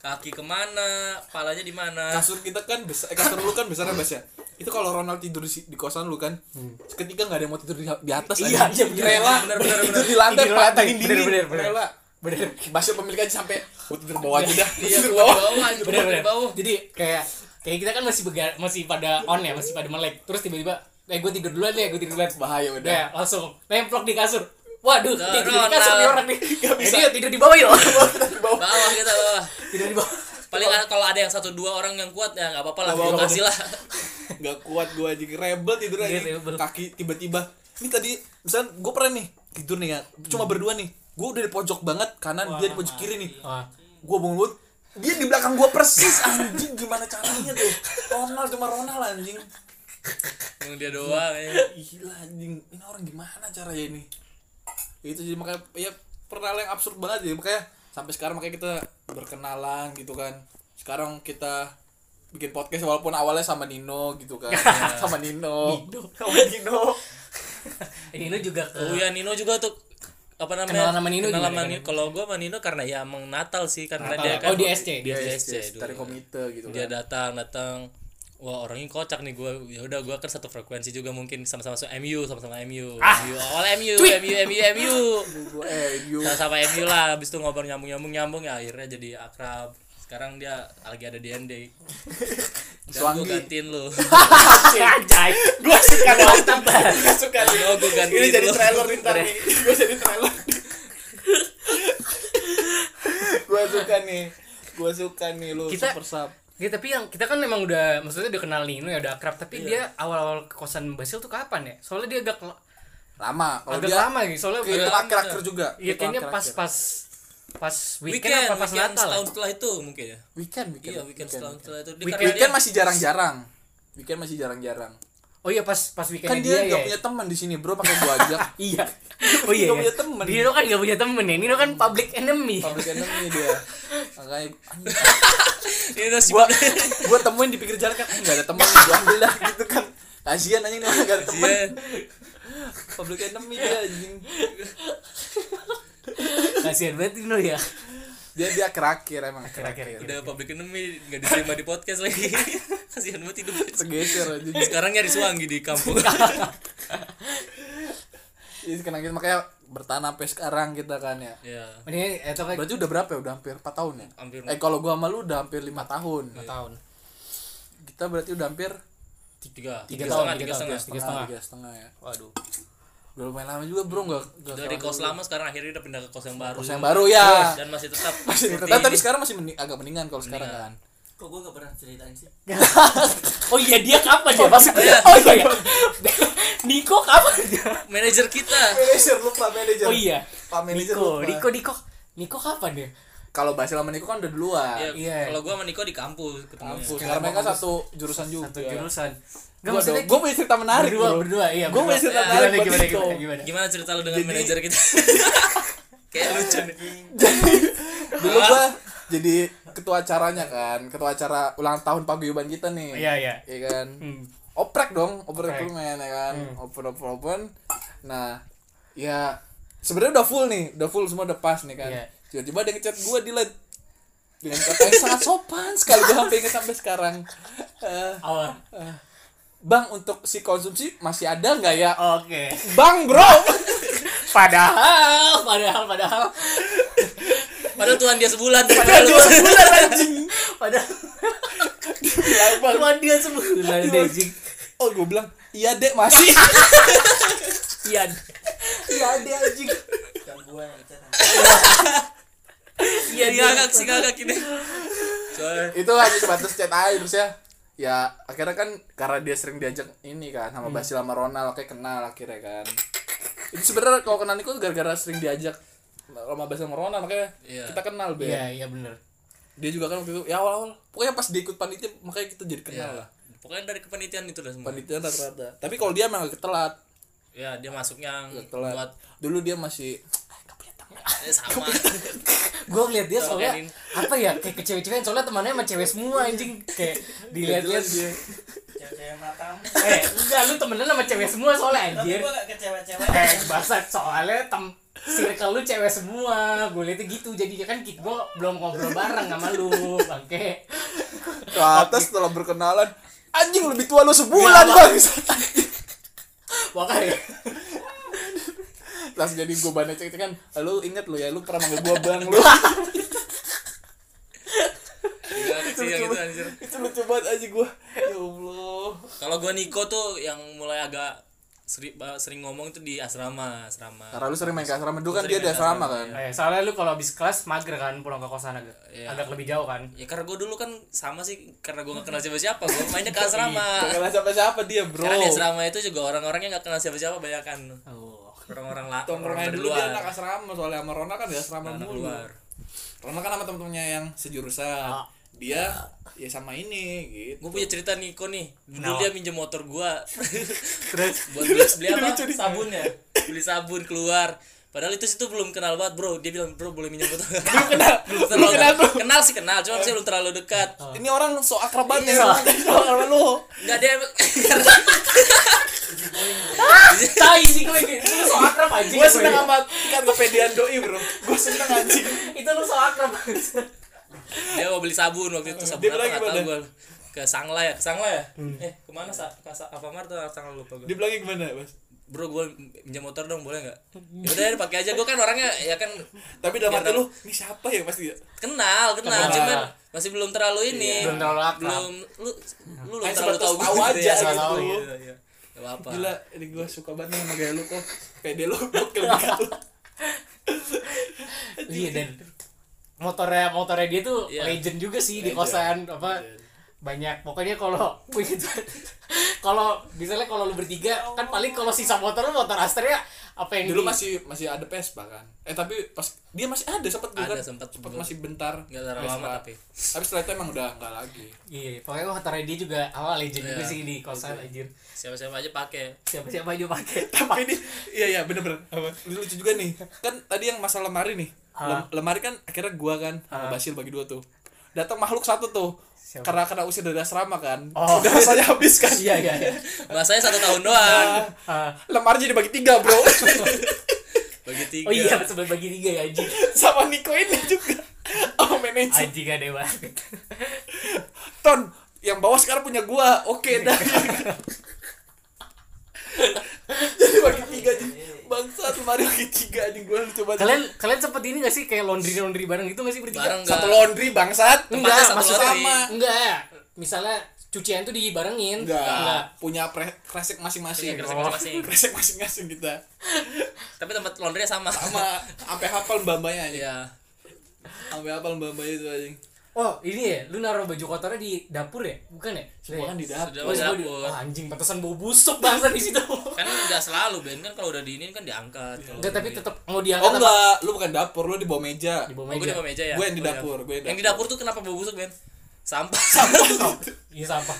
Speaker 4: kaki kemana palanya di mana
Speaker 3: kasur kita kan besar eh, kasur lu kan besar bas ya itu kalau Ronald tidur di, si- di kosan lu kan
Speaker 1: Hmm.
Speaker 3: ketika nggak ada yang mau tidur di, di atas
Speaker 1: Iya,
Speaker 3: aja.
Speaker 1: iya, bener.
Speaker 3: rela
Speaker 4: Bener, bener, bener.
Speaker 3: tidur di lantai
Speaker 1: Tidur di
Speaker 3: Pak,
Speaker 1: lantai.
Speaker 3: dingin
Speaker 1: Bener,
Speaker 3: dingin
Speaker 1: bener, bener.
Speaker 3: rela
Speaker 1: bener
Speaker 3: Basya pemilik aja sampai gua tidur bawah aja dah Gua
Speaker 4: Iya,
Speaker 3: tidur
Speaker 4: gua
Speaker 3: bawah
Speaker 4: di bawah,
Speaker 3: aja.
Speaker 4: gua
Speaker 1: bener bener
Speaker 4: Di bawah.
Speaker 1: jadi kayak kayak kita kan masih bega, masih pada on ya masih pada melek terus tiba-tiba eh gue tidur duluan ya gue tidur duluan
Speaker 3: bahaya udah
Speaker 1: udah langsung nemplok di kasur waduh
Speaker 4: Nah,
Speaker 1: tidur di
Speaker 4: Ronald.
Speaker 1: kasur nih orang nih Eh, dia tidur di bawah yuk
Speaker 3: di bawah
Speaker 4: bawah kita bawah
Speaker 1: tidur di bawah
Speaker 4: paling ada- kalau ada yang satu dua orang yang kuat ya nggak apa-apa lah
Speaker 3: Nggak apa-apa.
Speaker 4: kasih lah
Speaker 3: nggak kuat gue aja rebel tidur aja
Speaker 1: Iya, rebel.
Speaker 3: kaki tiba-tiba ini tadi misal gue pernah nih tidur nih ya cuma berdua nih gue udah di pojok banget kanan dia di pojok kiri nih
Speaker 1: Wah.
Speaker 3: gue bangun bangun dia di belakang gue persis anjing gimana caranya tuh Ronald cuma Ronald anjing
Speaker 4: yang dia doang ya.
Speaker 3: gila anjing ini orang gimana caranya ini itu jadi makanya ya pernah lah yang absurd banget ya makanya sampai sekarang makanya kita berkenalan gitu kan sekarang kita bikin podcast walaupun awalnya sama Nino gitu kan Ya, sama Nino sama Nino
Speaker 1: ini juga ke
Speaker 4: Oh ya Nino juga tuh apa namanya?
Speaker 1: Kenalan sama Nino
Speaker 4: Kenalan
Speaker 1: gimana,
Speaker 4: sama
Speaker 1: kan?
Speaker 4: Nino. Kalau gua sama Nino karena ya emang Natal sih karena
Speaker 1: Natal
Speaker 4: dia
Speaker 1: ya?
Speaker 4: kan
Speaker 1: Oh, di SC,
Speaker 4: dia di
Speaker 1: dia
Speaker 4: SC
Speaker 3: SC
Speaker 4: dulu.
Speaker 3: dari komite gitu
Speaker 4: Dia
Speaker 3: kan
Speaker 4: datang datang Wah orangnya kocak nih gua ya udah gua kan satu frekuensi juga mungkin sama-sama sama MU sama-sama MU
Speaker 1: Ah!
Speaker 4: MU awal MU MU MU MU
Speaker 3: Gua, eh you
Speaker 4: sama-sama MU lah habis itu ngobrol nyambung nyambung nyambung ya akhirnya jadi akrab sekarang dia lagi ada di ND dan gue
Speaker 3: Swangi.
Speaker 4: gantiin lu
Speaker 1: anjay gue suka mantap banget
Speaker 3: suka nih.
Speaker 4: Yo, gua gantiin
Speaker 3: ini jadi
Speaker 4: lu.
Speaker 3: trailer nih ntar nih gue jadi trailer gue suka nih gue suka nih lu
Speaker 1: Kita-
Speaker 3: super sub
Speaker 1: Ya, tapi yang kita kan memang udah maksudnya udah kenal Nino ya udah akrab tapi dia awal-awal ke kosan Basil tuh kapan ya soalnya dia agak
Speaker 3: lama kalau
Speaker 1: agak
Speaker 3: dia
Speaker 1: lama gitu soalnya
Speaker 3: Kayak itu
Speaker 1: udah-
Speaker 3: akhir-akhir juga.
Speaker 1: Iya
Speaker 3: Itu
Speaker 1: kayaknya pas
Speaker 3: akhir-akhir.
Speaker 1: pas pas weekend,
Speaker 4: weekend,
Speaker 1: apa pas
Speaker 4: weekend
Speaker 1: Natal. ya?
Speaker 4: setahun setelah itu mungkin ya
Speaker 3: weekend weekend.
Speaker 4: iya weekend setahun setelah itu Dia
Speaker 1: Weekend-
Speaker 4: karena dia-
Speaker 3: Weekend masih jarang-jarang. Weekend masih jarang-jarang.
Speaker 1: Oh iya pas pas weekend
Speaker 3: Kan dia nggak punya teman di sini, Bro, pakai gua ajak.
Speaker 1: ya. Iya. Oh iya.
Speaker 3: Nggak
Speaker 1: ya.
Speaker 3: punya temen.
Speaker 1: Nino kan gak punya temen ya. Nino kan public enemy.
Speaker 3: Public enemy dia. Makanya anjing,
Speaker 4: Ini udah sibuk
Speaker 3: gua gua temuin di pinggir jalan kan enggak ada teman, gua ambil dah gitu kan. Kasihan anjing nih enggak ada teman.
Speaker 4: Iya.
Speaker 3: Public enemy dia anjing.
Speaker 1: Kasihan banget Nino ya.
Speaker 3: Dia dia akhir-akhir emang.
Speaker 1: Akhir-akhir.
Speaker 4: Udah public enemy Gak diterima di podcast lagi Kasihan banget hidup
Speaker 3: Tergeser anjing.
Speaker 4: Sekarang nyari suangi di kampung
Speaker 3: Jadi Iya, sekarang kita makanya bertahan sampai sekarang kita kan ya.
Speaker 4: Ya
Speaker 1: Mendingan eh, itu kan kayak
Speaker 3: Berarti udah berapa ya? Udah hampir 4 tahun ya?
Speaker 4: Hampir.
Speaker 3: Eh kalau gua sama lu udah hampir 5 tahun.
Speaker 1: tahun.
Speaker 3: Kita berarti udah hampir
Speaker 4: Tiga Tiga
Speaker 1: Tiga tahun,
Speaker 4: setengah
Speaker 1: tiga
Speaker 4: Tiga
Speaker 1: tahun,
Speaker 4: setengah
Speaker 1: Tiga setengah.
Speaker 3: tiga setengah ya.
Speaker 1: Waduh.
Speaker 3: Udah lumayan lama juga bro nggak nggak
Speaker 4: Dari
Speaker 3: kalah
Speaker 4: kos
Speaker 3: dulu.
Speaker 4: lama sekarang akhirnya udah pindah ke kos yang baru
Speaker 3: Kos yang baru ya.
Speaker 4: Dan masih tetap
Speaker 3: Masih
Speaker 4: seperti
Speaker 3: tetap, tapi
Speaker 4: ini.
Speaker 3: sekarang masih meni- agak mendingan kalau sekarang kan.
Speaker 2: Kok gue gak pernah ceritain sih?
Speaker 1: oh iya dia kapan ya masuk oh iya ya. Diko kapan ya?
Speaker 4: manajer kita
Speaker 3: manager lupa manager
Speaker 1: oh iya
Speaker 3: Pak manajer
Speaker 1: Niko
Speaker 3: lupa.
Speaker 1: Niko Niko Niko kapan ya
Speaker 3: kalau Basil sama Niko kan udah duluan
Speaker 4: ya,
Speaker 1: Iya.
Speaker 4: kalau gua sama Niko di kampus ketemu
Speaker 3: Kampus. karena mereka satu jurusan juga
Speaker 1: satu jurusan
Speaker 3: gue
Speaker 1: Gak maksudnya
Speaker 3: gue punya cerita menarik
Speaker 1: berdua
Speaker 3: bro.
Speaker 1: berdua iya
Speaker 3: Gua
Speaker 1: berdua.
Speaker 3: masih tertarik
Speaker 1: gimana
Speaker 3: buat
Speaker 1: gimana
Speaker 3: Niko.
Speaker 1: gimana gimana
Speaker 4: gimana cerita lu dengan
Speaker 3: Jadi-
Speaker 4: manajer kita kayak lucu nih
Speaker 3: dulu gue jadi ketua acaranya kan ketua acara ulang tahun paguyuban kita nih
Speaker 1: iya iya
Speaker 3: Iya kan
Speaker 1: Hmm.
Speaker 3: oprek dong oprek
Speaker 1: Oprek.
Speaker 3: recruitment ya kan
Speaker 1: Hmm.
Speaker 3: open open open nah ya sebenarnya udah full nih udah full semua udah pas nih kan
Speaker 1: Iya.
Speaker 3: tiba-tiba ada ngechat gue di led dengan kata yang sangat sopan sekali gue sampai inget sampai sekarang Eh,
Speaker 1: awal
Speaker 3: bang untuk si konsumsi masih ada nggak ya
Speaker 1: oke
Speaker 3: bang bro
Speaker 1: padahal padahal padahal
Speaker 4: padahal Tuhan dia sebulan
Speaker 3: padahal
Speaker 4: daripada lu
Speaker 3: dua sebulan anjing
Speaker 1: padahal
Speaker 3: Bilang, bang
Speaker 1: cuma dia sebulan Dejik
Speaker 3: oh gue bilang iya dek masih
Speaker 1: Ian
Speaker 3: iya dek anjing
Speaker 2: Kan gue yang cerita
Speaker 1: Ian
Speaker 4: si
Speaker 1: dia-
Speaker 4: kakak Iya, si kakak ini soalnya
Speaker 3: itu hanya sebatas chat aja terus ya ya akhirnya kan karena dia sering diajak ini kan sama Basil sama Ronald kayak kenal akhirnya kan itu sebenarnya kalau kenal Niko gara-gara sering diajak sama Basil sama Ronald makanya
Speaker 4: Iya.
Speaker 3: kita kenal be
Speaker 1: iya iya bener
Speaker 3: dia juga kan waktu itu ya awal-awal pokoknya pas diikut panitia makanya kita jadi kenal lah
Speaker 4: pokoknya dari kepanitiaan itu lah semua
Speaker 3: panitia rata-rata tapi kalau dia emang agak telat
Speaker 4: ya dia masuknya
Speaker 3: agak telat
Speaker 4: buat
Speaker 3: dulu dia masih
Speaker 4: eh, sama
Speaker 1: gue ngeliat dia
Speaker 4: Sama
Speaker 1: soalnya
Speaker 4: kayak Nin.
Speaker 1: apa ya kayak ke cewek-cewek soalnya temannya sama cewek semua anjing kayak dilihat-lihat
Speaker 3: Jelas dia
Speaker 2: Cewek-cewek matang
Speaker 1: eh enggak lu temenan sama cewek semua soalnya
Speaker 2: Tapi
Speaker 1: anjir
Speaker 2: gue gak kecewa-cewa
Speaker 1: eh bahasa soalnya tem circle lu cewek semua gue liatnya gitu jadi kan kita gue belum ngobrol bareng sama lu bangke
Speaker 3: ke atas setelah berkenalan anjing lebih tua lu sebulan
Speaker 1: Gila,
Speaker 3: bang
Speaker 1: makanya
Speaker 3: terus jadi gue banyak cek kan lu inget lu ya lu pernah manggil gua bang lu
Speaker 4: Iya, sih yang itu anjir
Speaker 3: itu lucu banget aja gue ya allah
Speaker 4: kalau gua Niko tuh yang mulai agak seri- ba- sering ngomong tuh di asrama asrama
Speaker 3: karena lu sering main ke asrama dulu kan
Speaker 4: Sering
Speaker 3: dia di
Speaker 4: main ke
Speaker 3: asrama
Speaker 4: asrama,
Speaker 3: kan
Speaker 4: iya.
Speaker 1: eh, soalnya lu kalau habis kelas mager kan pulang ke kosan agak
Speaker 4: Iya.
Speaker 1: agak lebih jauh kan
Speaker 4: ya karena gua dulu kan sama sih karena gua gak kenal siapa siapa gua mainnya
Speaker 3: Iya.
Speaker 4: ke asrama
Speaker 3: gak kenal siapa siapa dia bro
Speaker 4: karena di asrama itu juga orang-orangnya gak kenal siapa siapa banyak kan
Speaker 1: oh
Speaker 4: orang-orang lah
Speaker 3: tongkrongan
Speaker 4: orang
Speaker 3: dulu dia
Speaker 4: luar
Speaker 3: anak asrama soalnya sama Rona kan di asrama
Speaker 4: anak
Speaker 3: mulu
Speaker 4: luar
Speaker 3: Rona kan sama temen-temennya yang sejurusan
Speaker 1: Ah.
Speaker 3: dia ya sama ini gitu
Speaker 4: gue punya cerita Niko nih dulu
Speaker 1: Kenapa?
Speaker 4: dia minjem motor gua
Speaker 1: terus
Speaker 4: buat beli, beli apa sabun ya beli sabun keluar padahal itu situ belum kenal banget bro dia bilang bro boleh minjem motor belum kenal belum kenal kenal sih kenal cuma sih belum terlalu dekat
Speaker 3: ini orang so akrab banget
Speaker 1: Iya.
Speaker 3: ya sama lu
Speaker 4: nggak dia
Speaker 1: tai sih gue gitu lu so akrab anjing
Speaker 3: gue
Speaker 1: gue.
Speaker 3: seneng sama tingkat kepedean doi bro gue seneng anjing
Speaker 1: itu lu so akrab
Speaker 4: dia mau beli sabun waktu itu sabun
Speaker 3: Dia
Speaker 4: apa
Speaker 3: bilang
Speaker 4: nggak tahu gue
Speaker 3: gimana?
Speaker 4: ke Sangla ya ke Sangla ya eh kemana sa ke Sa- apa mar tuh Sangla lupa gue
Speaker 3: dia bilangnya gimana mas
Speaker 4: bro gue minjem motor dong boleh nggak yaudah ya pakai aja gue kan orangnya ya kan
Speaker 3: tapi dalam
Speaker 4: Biar
Speaker 3: hati
Speaker 4: tahu.
Speaker 3: lu ini siapa ya pasti
Speaker 4: kenal kenal
Speaker 1: Kenal. Iya.
Speaker 4: cuman masih belum terlalu ini
Speaker 1: Belum terlalu akrab.
Speaker 4: belum lu lu belum
Speaker 3: Hanya
Speaker 4: terlalu
Speaker 3: sebatas
Speaker 4: tahu
Speaker 3: tahu
Speaker 4: gue
Speaker 3: aja
Speaker 4: ya,
Speaker 1: gitu.
Speaker 4: gitu. Iya, Gak apa-apa
Speaker 3: gila ini gue suka banget sama gaya lu kok gitu. pede lu gokil banget
Speaker 1: iya dan motornya motornya dia tuh
Speaker 4: Iya.
Speaker 1: legend juga sih di
Speaker 3: Legend. Iya.
Speaker 1: kosan apa banyak pokoknya kalau begitu kalau misalnya kalau lu bertiga kan paling kalau sisa motor lu motor Asternya apa yang
Speaker 3: dulu
Speaker 1: di-
Speaker 3: masih masih ada Vespa kan eh tapi pas dia masih ada sempet
Speaker 4: Ada,
Speaker 3: juga kan?
Speaker 4: sempet
Speaker 3: Sempet
Speaker 4: juga.
Speaker 3: masih bentar
Speaker 4: Nggak terlalu
Speaker 3: Vespa.
Speaker 4: lama tapi.
Speaker 3: tapi setelah itu emang udah nggak lagi
Speaker 1: iya pokoknya motornya dia juga awal legend juga
Speaker 4: Iya.
Speaker 1: sih di kosan anjir
Speaker 4: siapa-siapa aja pakai
Speaker 1: siapa siapa aja pakai
Speaker 3: tapi ini iya iya bener-bener Ini lucu juga nih kan tadi yang masalah lemari nih
Speaker 1: Ah.
Speaker 3: Lem- lemari kan akhirnya gua kan sama
Speaker 1: Ah.
Speaker 3: Basil bagi dua tuh datang makhluk satu tuh
Speaker 1: Siapa?
Speaker 3: karena karena usir dari asrama kan
Speaker 1: Oh.
Speaker 3: udah rasanya habis kan
Speaker 1: iya iya iya
Speaker 4: bahasanya satu tahun doang
Speaker 1: Ah,
Speaker 3: lemari jadi bagi tiga bro
Speaker 4: bagi tiga
Speaker 1: oh iya sebelum bagi tiga ya anjing
Speaker 3: sama Niko ini juga oh manajer
Speaker 1: anjing ada banget
Speaker 3: ton yang bawah sekarang punya gua oke dah jadi bagi tiga jadi bangsat lemari bagi tiga anjing gua lucu banget
Speaker 1: kalian kalian seperti ini gak sih kayak laundry laundry bareng gitu gak sih bertiga
Speaker 4: bareng
Speaker 3: satu
Speaker 4: nggak?
Speaker 3: laundry bangsat
Speaker 1: Enggak,
Speaker 4: Tempatnya satu
Speaker 1: maksud
Speaker 4: laundry.
Speaker 1: sama. Enggak. ya. Misalnya cucian tuh dibarengin.
Speaker 3: enggak punya pre- kresek
Speaker 4: Punya
Speaker 3: masing-masing
Speaker 4: kresek masing-masing.
Speaker 3: kresek masing-masing kita
Speaker 4: tapi tempat laundry sama
Speaker 3: sama sampai hafal mbak-mbaknya aja
Speaker 4: iya
Speaker 3: sampai hafal mbak-mbaknya itu anjing
Speaker 1: Oh ini ya, lu naruh baju kotornya di dapur ya? Bukan ya? Sudah
Speaker 3: Semua
Speaker 1: ya?
Speaker 3: kan di dapur.
Speaker 4: Sudah
Speaker 1: Oh, semua di-
Speaker 4: dapur.
Speaker 1: Wah, anjing pantesan bau busuk bangsa di situ.
Speaker 4: kan nggak selalu Ben kan kalau udah diinin kan diangkat Kalau
Speaker 1: Enggak, tapi
Speaker 4: di-
Speaker 1: tetap mau diangkat
Speaker 3: Oh
Speaker 1: apa?
Speaker 3: enggak, lu bukan dapur, lu di bawah meja.
Speaker 1: di bawah
Speaker 4: Oh, gue di
Speaker 1: meja.
Speaker 4: bawah meja ya
Speaker 3: Gue yang di
Speaker 4: Oh, iya.
Speaker 3: dapur, gue yang
Speaker 4: yang di
Speaker 3: dapur.
Speaker 4: dapur tuh kenapa bau busuk Ben sampah sampah
Speaker 1: Iya sampah.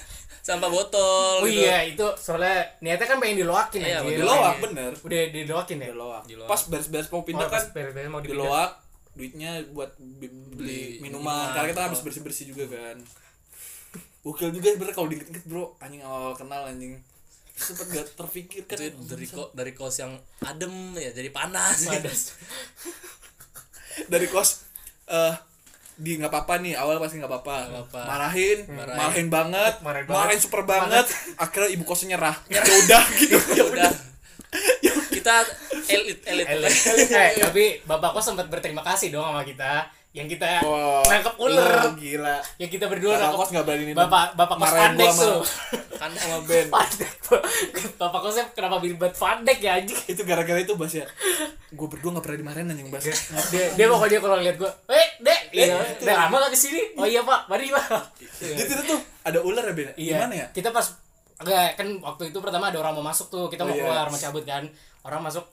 Speaker 4: sampah botol
Speaker 1: Oh
Speaker 4: gitu.
Speaker 1: iya itu soalnya niatnya kan pengen diloakin
Speaker 4: Iya,
Speaker 1: anjir.
Speaker 4: mau
Speaker 3: Diloak bener.
Speaker 1: Udah diloakin ya.
Speaker 3: Diloak.
Speaker 4: Diloak.
Speaker 3: Pas beres-beres mau
Speaker 1: Oh,
Speaker 3: pindah
Speaker 1: pas
Speaker 3: kan
Speaker 1: beres-beres mau dipindah.
Speaker 3: diloak duitnya buat bi- beli
Speaker 4: Beli
Speaker 3: minuman.
Speaker 4: minuman.
Speaker 3: Karena kita habis bersih-bersih juga kan. Ukil juga sebenernya kalau diinget-inget bro, anjing awal kenal anjing. Sempet gak terpikir kan.
Speaker 4: itu ya, dari ko- dari kos yang adem ya jadi panas
Speaker 1: Panas.
Speaker 3: dari kos eh di nggak apa-apa nih awal pasti nggak apa-apa
Speaker 4: Nggak apa-apa.
Speaker 3: marahin
Speaker 4: Marahin.
Speaker 3: marahin banget
Speaker 1: Marahin
Speaker 3: marahin,
Speaker 1: banget.
Speaker 3: super banget akhirnya ibu kosnya nyerah ya udah gitu
Speaker 4: ya udah kita elit elit
Speaker 1: Elit. eh, tapi bapak kok sempat berterima kasih dong sama kita yang kita nangkep ular.
Speaker 3: Lu gila
Speaker 1: Yang Ya, kita berdua
Speaker 3: bapak
Speaker 1: nangkep
Speaker 3: kos nggak berani nih
Speaker 1: Bapak bapak kos
Speaker 3: Marahin
Speaker 1: pandek
Speaker 3: gua sama-
Speaker 1: tuh.
Speaker 4: kan
Speaker 3: sama Ben
Speaker 1: Pandek. Bapak kosnya kenapa bibat pandek ya anjing?
Speaker 3: itu gara-gara itu Bas ya gue berdua nggak pernah dimarahin anjing Bas
Speaker 1: dia, dia pokoknya kalau ngeliat gue, eh dek, iya,
Speaker 3: Iya. itu.
Speaker 1: udah lama gak kesini? Oh iya pak, mari pak.
Speaker 3: gitu tuh ada ular ya Ben
Speaker 1: Iya.
Speaker 3: gimana ya
Speaker 1: Kita pas enggak kan waktu itu pertama ada orang mau masuk tuh, kita
Speaker 3: Oh,
Speaker 1: mau
Speaker 3: iya.
Speaker 1: keluar mau cabut kan. Orang masuk,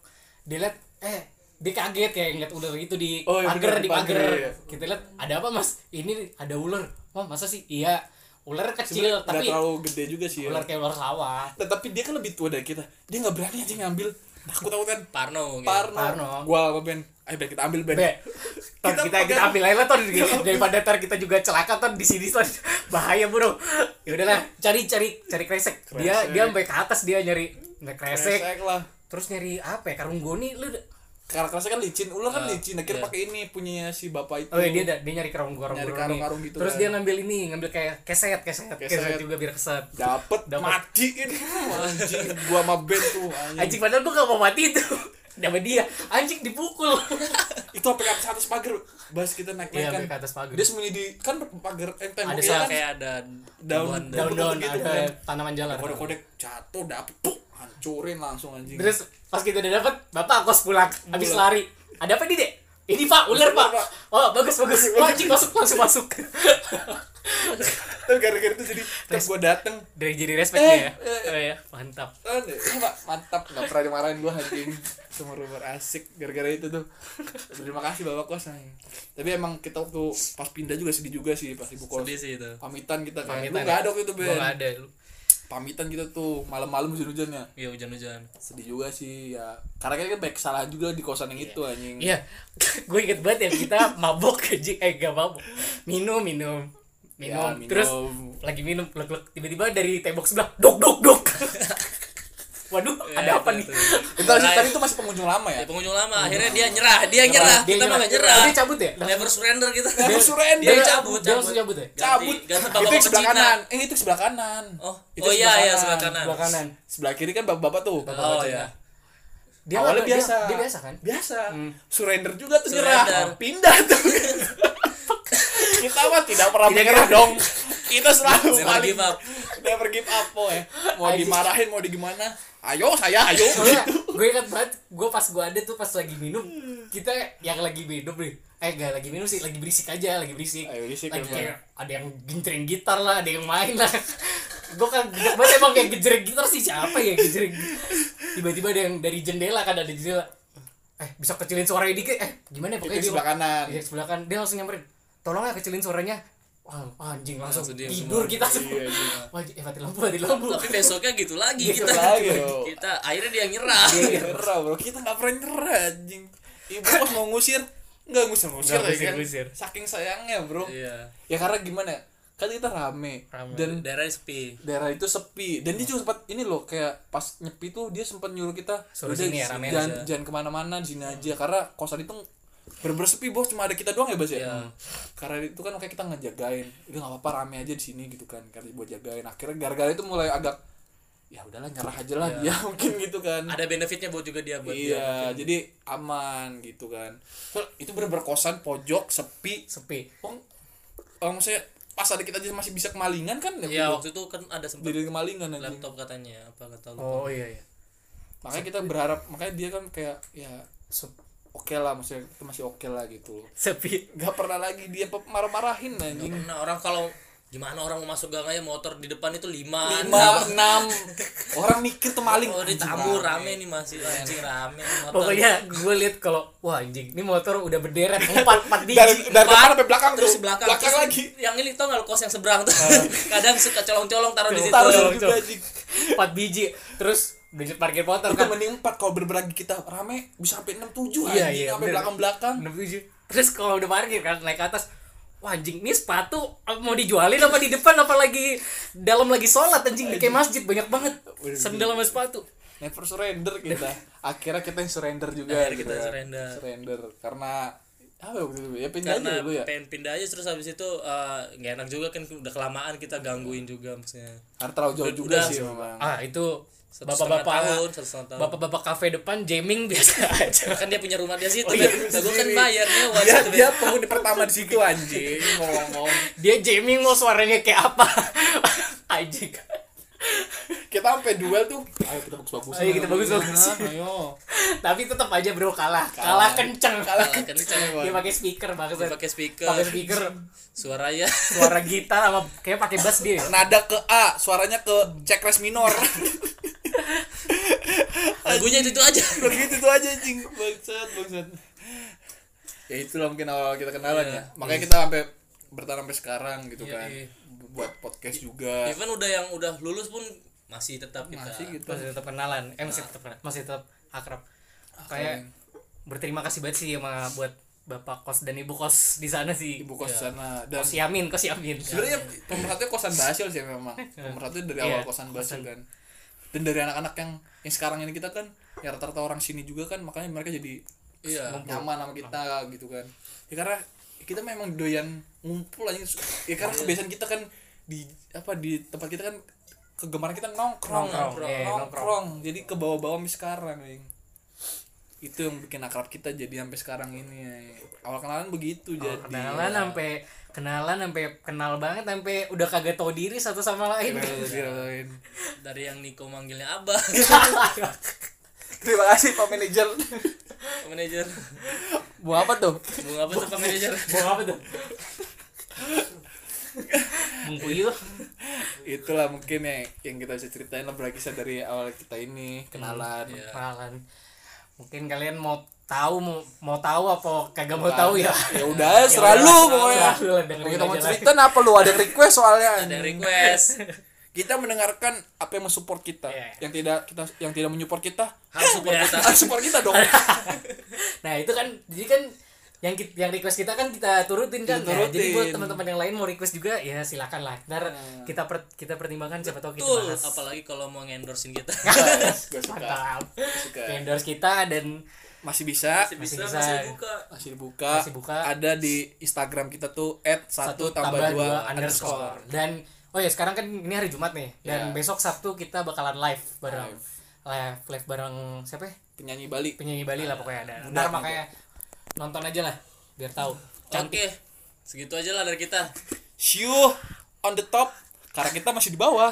Speaker 1: dia liat, eh dia kaget kayak ngeliat ular gitu di
Speaker 3: Oh, iya,
Speaker 1: pagar
Speaker 3: bener,
Speaker 1: di
Speaker 3: di pagar,
Speaker 1: pagar.
Speaker 3: iya.
Speaker 1: Kita liat ada apa mas? Ini ada ular. Wah masa sih? Iya, ular kecil
Speaker 3: Sebenernya nggak
Speaker 1: Iya, tapi
Speaker 3: terlalu gede juga sih ya.
Speaker 1: ular kayak ular sawah.
Speaker 3: Nah, tapi dia kan lebih tua dari kita dia nggak berani anjing ngambil takut takut kan
Speaker 4: Parno gitu.
Speaker 3: Parno,
Speaker 1: Iya, Parno.
Speaker 3: gue sama Ben ayo Ben kita ambil Ben
Speaker 1: Be, Ton,
Speaker 3: Kita
Speaker 1: kita
Speaker 3: pakai-
Speaker 1: kita ambil aja lah ton daripada ntar kita juga celaka ton di sini ton bahaya bro ya udahlah cari cari cari kresek dia
Speaker 3: Kresek.
Speaker 1: dia sampai ke atas dia nyari nyari kresek
Speaker 3: Kresek lah
Speaker 1: terus nyari apa ya karung goni lu
Speaker 3: karena kerasnya kan licin ular kan
Speaker 4: Ah,
Speaker 3: licin akhirnya
Speaker 4: iya.
Speaker 3: pakai ini punya si bapak itu
Speaker 1: oh iya, dia ada- dia nyari karung karung
Speaker 3: Nyari
Speaker 1: goni
Speaker 3: karung-karung gitu
Speaker 1: terus
Speaker 3: kan.
Speaker 1: dia ngambil ini ngambil kayak keset keset keset,
Speaker 3: Keset.
Speaker 1: juga biar keset
Speaker 3: dapet,
Speaker 1: Dapet.
Speaker 3: matiin anjing gua sama Ben tuh anjing
Speaker 1: anjing padahal gua gak mau mati itu sama dia anjing dipukul
Speaker 3: itu sampai ke atas pagar bas kita naik
Speaker 1: iya
Speaker 3: naik kan
Speaker 1: sampai ke atas pagar
Speaker 3: dia sembunyi di kan pagar eh,
Speaker 1: Ada
Speaker 3: temboknya
Speaker 4: Iya,
Speaker 1: salah
Speaker 3: kan
Speaker 4: kayak ada
Speaker 3: daun
Speaker 4: tumbuhan
Speaker 1: daun daun
Speaker 3: gitu
Speaker 1: ada
Speaker 3: kan.
Speaker 1: tanaman jalan
Speaker 3: kode kodek jatuh dapet puk, hancurin langsung anjing
Speaker 1: Terus pas kita udah dapet, bapak kos Iya. pulang, habis lari. Ada apa ini, Dek? Ini Pak, ular Pak.
Speaker 3: Pak.
Speaker 1: Oh, bagus bagus. Oh, anjing masuk langsung masuk.
Speaker 3: terus gara-gara itu jadi terus gua dateng
Speaker 1: Dari jadi respect
Speaker 3: Eh,
Speaker 1: dia ya.
Speaker 3: eh.
Speaker 1: Oh, ya, mantap.
Speaker 3: Eh, ini pak mantap nggak pernah dimarahin gua anjing semua rumor asik gara-gara itu tuh terima kasih bapak kos anjing. tapi emang kita waktu pas pindah juga sedih juga sih pas ibu kos
Speaker 4: sedih sih itu
Speaker 3: pamitan kita kan
Speaker 1: Pamitan
Speaker 3: lu
Speaker 1: ya?
Speaker 3: nggak ada waktu itu
Speaker 1: Gua
Speaker 3: Ben
Speaker 1: enggak ada lu.
Speaker 3: pamitan kita tuh malam-malam hujan-hujannya
Speaker 4: iya hujan-hujan
Speaker 3: sedih juga sih ya karena kan banyak salah juga di kosan yang itu anjing
Speaker 1: Iya. gue inget banget ya kita mabok anjing. Eh, gak mabok. Minum, minum. Ya, Minum.
Speaker 3: minum.
Speaker 1: Terus lagi minum lek-lek tiba-tiba dari tembok sebelah dok dok dok. Waduh, ada apa
Speaker 4: iya,
Speaker 1: nih?
Speaker 3: itu tadi tadi itu masih pengunjung lama ya
Speaker 4: ya pengunjung lama akhirnya dia nyerah dia nyerah
Speaker 1: Dia
Speaker 4: kita mah nggak
Speaker 1: nyerah.
Speaker 4: nyerah
Speaker 1: Dia cabut ya?
Speaker 4: never surrender gitu. kita
Speaker 3: Never surrender.
Speaker 4: dia cabut
Speaker 1: Dia langsung cabut
Speaker 4: Iya.
Speaker 1: ya?
Speaker 4: Ganti-
Speaker 3: cabut
Speaker 4: ganti
Speaker 3: itu
Speaker 4: bapak
Speaker 3: yang sebelah
Speaker 4: pecina.
Speaker 3: kanan eh itu sebelah kanan
Speaker 4: oh
Speaker 3: Itu
Speaker 4: oh iya iya
Speaker 3: sebelah kanan.
Speaker 4: sebelah kanan
Speaker 1: Sebelah kanan.
Speaker 3: sebelah kiri kan bapak-bapak tuh
Speaker 4: oh
Speaker 3: bapak-bapak
Speaker 4: iya
Speaker 1: Dia
Speaker 3: awalnya
Speaker 1: nggak- dia-
Speaker 3: biasa
Speaker 1: Dia, biasa kan?
Speaker 3: biasa surrender juga tuh
Speaker 4: Surrender.
Speaker 3: nyerah pindah tuh kita mah tidak pernah
Speaker 1: Tidak
Speaker 3: menyerah
Speaker 1: nyerah.
Speaker 3: dong kita selalu
Speaker 4: Never
Speaker 3: paling
Speaker 4: give up.
Speaker 3: never give up po eh mau
Speaker 1: Anjing.
Speaker 3: dimarahin mau di gimana ayo saya ayo
Speaker 1: Soalnya gue ingat banget, gue pas gue ada tuh pas lagi minum, kita yang lagi minum nih, eh gak lagi minum sih, lagi berisik aja, lagi berisik.
Speaker 3: Ayo berisik,
Speaker 1: lagi
Speaker 3: emang.
Speaker 1: kayak ada yang genjreng gitar lah, ada yang main lah. gue kan gede banget emang kayak genjreng gitar sih siapa ya genjreng. Tiba-tiba ada yang dari jendela kan ada jendela. Eh bisa kecilin suaranya dikit, eh gimana ya
Speaker 3: itu
Speaker 1: pokoknya
Speaker 3: yang
Speaker 1: dia
Speaker 3: sebelah kanan
Speaker 1: Iya sebelah kan, dia langsung nyamperin. Tolong ya kecilin suaranya. Wah anjing langsung
Speaker 4: Langsung dia
Speaker 1: tidur
Speaker 4: semua.
Speaker 1: kita semua.
Speaker 3: Iya, iya.
Speaker 1: Wah eh mati lampu, mati lampu.
Speaker 4: tapi besoknya gitu lagi
Speaker 1: Gitu
Speaker 4: kita
Speaker 3: lagi, bro. Iya,
Speaker 4: kita akhirnya dia nyerah
Speaker 3: nyerah bro kita nggak pernah nyerah anjing ibu kos mau ngusir nggak ngusir ngusir
Speaker 1: Nggak
Speaker 3: ya kan
Speaker 1: ngusir-ngusir.
Speaker 3: saking sayangnya bro
Speaker 4: iya
Speaker 3: ya karena gimana ya, kan kita rame, dan
Speaker 4: dan daerah sepi
Speaker 3: daerah itu sepi dan dia juga sempat ini loh kayak pas nyepi tuh dia sempat nyuruh kita
Speaker 1: Suruh
Speaker 3: "Udah,
Speaker 1: sini ya, ramean
Speaker 3: jangan,
Speaker 1: aja."
Speaker 3: jangan kemana-mana di sini aja karena kosan itu bener-bener sepi bos cuma ada kita doang ya bos ya
Speaker 4: Iya.
Speaker 3: karena itu kan kayak kita ngejagain udah nggak apa-apa rame aja di sini gitu kan karena buat jagain akhirnya gara-gara itu mulai agak ya udahlah nyerah aja lah dia mungkin gitu kan
Speaker 4: Iya. ada benefitnya buat juga dia buat dia
Speaker 3: iya jadi aman gitu kan so, itu bener-bener kosan pojok sepi
Speaker 1: Sepi.
Speaker 3: orang orang saya pas ada kita aja masih bisa kemalingan kan
Speaker 4: Iya
Speaker 3: gitu.
Speaker 4: waktu itu kan ada sempat
Speaker 3: jadi kemalingan aja
Speaker 4: laptop katanya apa kata lu
Speaker 1: Oh iya iya.
Speaker 3: makanya kita berharap makanya dia kan kayak ya
Speaker 1: Sup-
Speaker 3: oke lah maksudnya itu masih oke lah gitu
Speaker 1: sepi
Speaker 3: nggak pernah lagi dia pe- marah-marahin anjing
Speaker 4: Nah, orang kalau gimana orang mau masuk gang aja motor di depan itu lima
Speaker 3: lima enam orang mikir tuh maling
Speaker 4: Oh, ditabur rame nih masih anjing rame nih motor.
Speaker 1: pokoknya gue liat kalau wah anjing ini motor udah berderet empat empat
Speaker 3: dari
Speaker 1: biji
Speaker 3: dari depan
Speaker 4: Empat,
Speaker 3: sampai belakang
Speaker 4: terus
Speaker 3: tuh.
Speaker 4: di belakang,
Speaker 3: belakang
Speaker 4: terus
Speaker 3: lagi Nah.
Speaker 4: yang ini tau nggak lu kos yang seberang tuh kadang suka colong-colong taruh di situ
Speaker 3: taruh
Speaker 1: Colong-colong.
Speaker 3: juga anjing
Speaker 1: empat biji terus bencet parkir motor
Speaker 3: itu
Speaker 1: kan
Speaker 3: mending empat kalau berbagi kita rame bisa sampai enam tujuh
Speaker 1: Iya,
Speaker 3: anjing
Speaker 1: iya,
Speaker 3: sampai
Speaker 1: bener.
Speaker 3: belakang belakang
Speaker 1: enam tujuh terus kalau udah parkir kan naik ke atas wah anjing ini sepatu apa mau dijualin apa di depan apa lagi dalam lagi sholat anjing di kayak masjid banyak banget sendal sama sepatu
Speaker 3: never surrender kita akhirnya kita yang surrender juga
Speaker 4: Akhirnya
Speaker 3: gitu
Speaker 4: kita
Speaker 3: kan.
Speaker 4: surrender.
Speaker 3: surrender karena apa ya waktu itu ya pindah aja
Speaker 4: karena
Speaker 3: dulu ya
Speaker 4: pengen pindah aja terus habis itu eh, nggak enak juga kan udah kelamaan kita gangguin juga maksudnya
Speaker 3: karena terlalu jauh
Speaker 4: Udah-
Speaker 3: juga
Speaker 4: udah
Speaker 3: sih
Speaker 4: sih.
Speaker 3: memang
Speaker 1: ah itu
Speaker 4: Satu setengah tahun,
Speaker 1: bapak-bapak
Speaker 4: satu setengah tahun.
Speaker 1: bapak-bapak kafe depan jamming biasa aja
Speaker 4: kan dia punya rumah dia situ
Speaker 3: Oh,
Speaker 4: oh,
Speaker 3: iya,
Speaker 4: gue kan
Speaker 3: sendiri. Iya.
Speaker 4: bayar nyewa
Speaker 3: dia
Speaker 4: situ,
Speaker 3: dia
Speaker 4: Ben.
Speaker 3: penghuni pertama di situ anjing ngomong
Speaker 1: dia jamming mau suaranya kayak apa anjing
Speaker 3: kita sampai duel tuh ayo kita bagus bagus
Speaker 1: Ayo Oh, iya, kita bagus-bagusan.
Speaker 3: ayo
Speaker 1: gitu, tapi tetap aja bro kalah kalah kenceng
Speaker 4: Kalah Kan kenceng
Speaker 1: dia pakai speaker
Speaker 3: Iya,
Speaker 1: banget
Speaker 4: Dia pakai speaker ya.
Speaker 1: pakai speaker
Speaker 4: suaranya
Speaker 1: suara gitar sama kayak pakai bass dia ya.
Speaker 3: nada ke A suaranya ke cekres minor
Speaker 4: lagunya itu, itu aja
Speaker 3: begitu tuh aja anjing bangsat bangsat ya itulah mungkin awal kita kenalan
Speaker 4: Iya.
Speaker 3: ya makanya kita sampai bertahan sampai sekarang gitu
Speaker 4: Iya,
Speaker 3: kan
Speaker 4: iya.
Speaker 3: buat podcast juga
Speaker 4: even udah yang udah lulus pun masih tetap kita
Speaker 3: Iya. masih gitu
Speaker 1: masih tetap kenalan eh masih tetap masih tetap akrab kayak berterima kasih banget sih sama buat bapak kos dan ibu kos di sana sih
Speaker 3: ibu kos Iya. sana dan
Speaker 1: kos Yamin kos Yamin
Speaker 3: sebenarnya pemerhatiannya kosan Basil sih memang pemerhatiannya dari
Speaker 1: Iya,
Speaker 3: awal kosan Basil kan dan dari anak-anak yang yang sekarang ini kita kan ya rata-rata orang sini juga kan makanya mereka jadi
Speaker 4: iya
Speaker 3: nyaman sama kita gitu kan ya karena kita memang doyan ngumpul aja ya karena kebiasaan kita kan di apa di tempat kita kan kegemaran kita nongkrong
Speaker 1: Nongkrong,
Speaker 3: nongkrong,
Speaker 1: iya, nongkrong.
Speaker 3: nongkrong. jadi ke bawah-bawah sampai sekarang Ling. itu yang bikin akrab kita jadi sampai sekarang ini ya. awal kenalan begitu jadi
Speaker 1: kenalan sampai kenalan sampai kenal banget sampai udah kagak tahu diri satu sama lain
Speaker 3: Iya, Kira-kirain.
Speaker 4: dari yang Niko manggilnya abah gitu,
Speaker 3: terima kasih pak manajer
Speaker 4: manajer
Speaker 3: bu apa tuh
Speaker 4: mau apa tuh Pak manajer
Speaker 1: Bawa apa tuh Bung Puyuh
Speaker 3: itulah mungkin ya yang kita bisa ceritain lah berkisah dari awal kita ini kenalan
Speaker 4: Iya.
Speaker 1: kenalan mungkin kalian mau tahu mau, mau tahu apa kagak mau tahu ya
Speaker 3: ya udah Iya, serah lu pokoknya
Speaker 1: Serah lu lah, dengerin
Speaker 3: Kalau kita mau
Speaker 1: aja lah.
Speaker 3: cerita apa lu ada request soalnya
Speaker 4: ada yang request
Speaker 3: kita mendengarkan apa yang mensupport kita
Speaker 1: Iya.
Speaker 3: yang tidak kita yang tidak menyupport kita
Speaker 4: harus support Iya. kita
Speaker 3: harus support kita dong
Speaker 1: nah itu kan jadi kan yang kita, yang request kita kan kita turutin kan
Speaker 3: Kita
Speaker 1: Nah, jadi buat
Speaker 3: turutin. Nah.
Speaker 1: teman-teman yang lain mau request juga ya silakan lah ntar kita per- kita pertimbangkan siapa tahu kita
Speaker 4: betul
Speaker 1: bahas
Speaker 4: apalagi kalau mau endorsein kita
Speaker 3: Gua suka.
Speaker 1: mantap
Speaker 3: Suka.
Speaker 1: endorse kita dan
Speaker 3: masih bisa
Speaker 4: masih
Speaker 1: Masih
Speaker 4: bisa
Speaker 1: bisa.
Speaker 4: masih buka
Speaker 3: masih dibuka
Speaker 1: Masih buka.
Speaker 3: ada di Instagram kita tuh at satu tambah
Speaker 1: dua
Speaker 3: dua underscore
Speaker 1: dan oh ya sekarang kan ini hari Jumat nih dan
Speaker 3: Ya.
Speaker 1: besok Sabtu kita bakalan live bareng
Speaker 3: Live.
Speaker 1: live live bareng siapa ya?
Speaker 3: penyanyi Bali
Speaker 1: penyanyi Bali lah pokoknya ada
Speaker 3: Mudah,
Speaker 1: ntar
Speaker 3: mudah.
Speaker 1: makanya nonton aja lah biar tahu
Speaker 4: oke segitu aja lah dari kita
Speaker 3: Siu on the top karena kita masih di bawah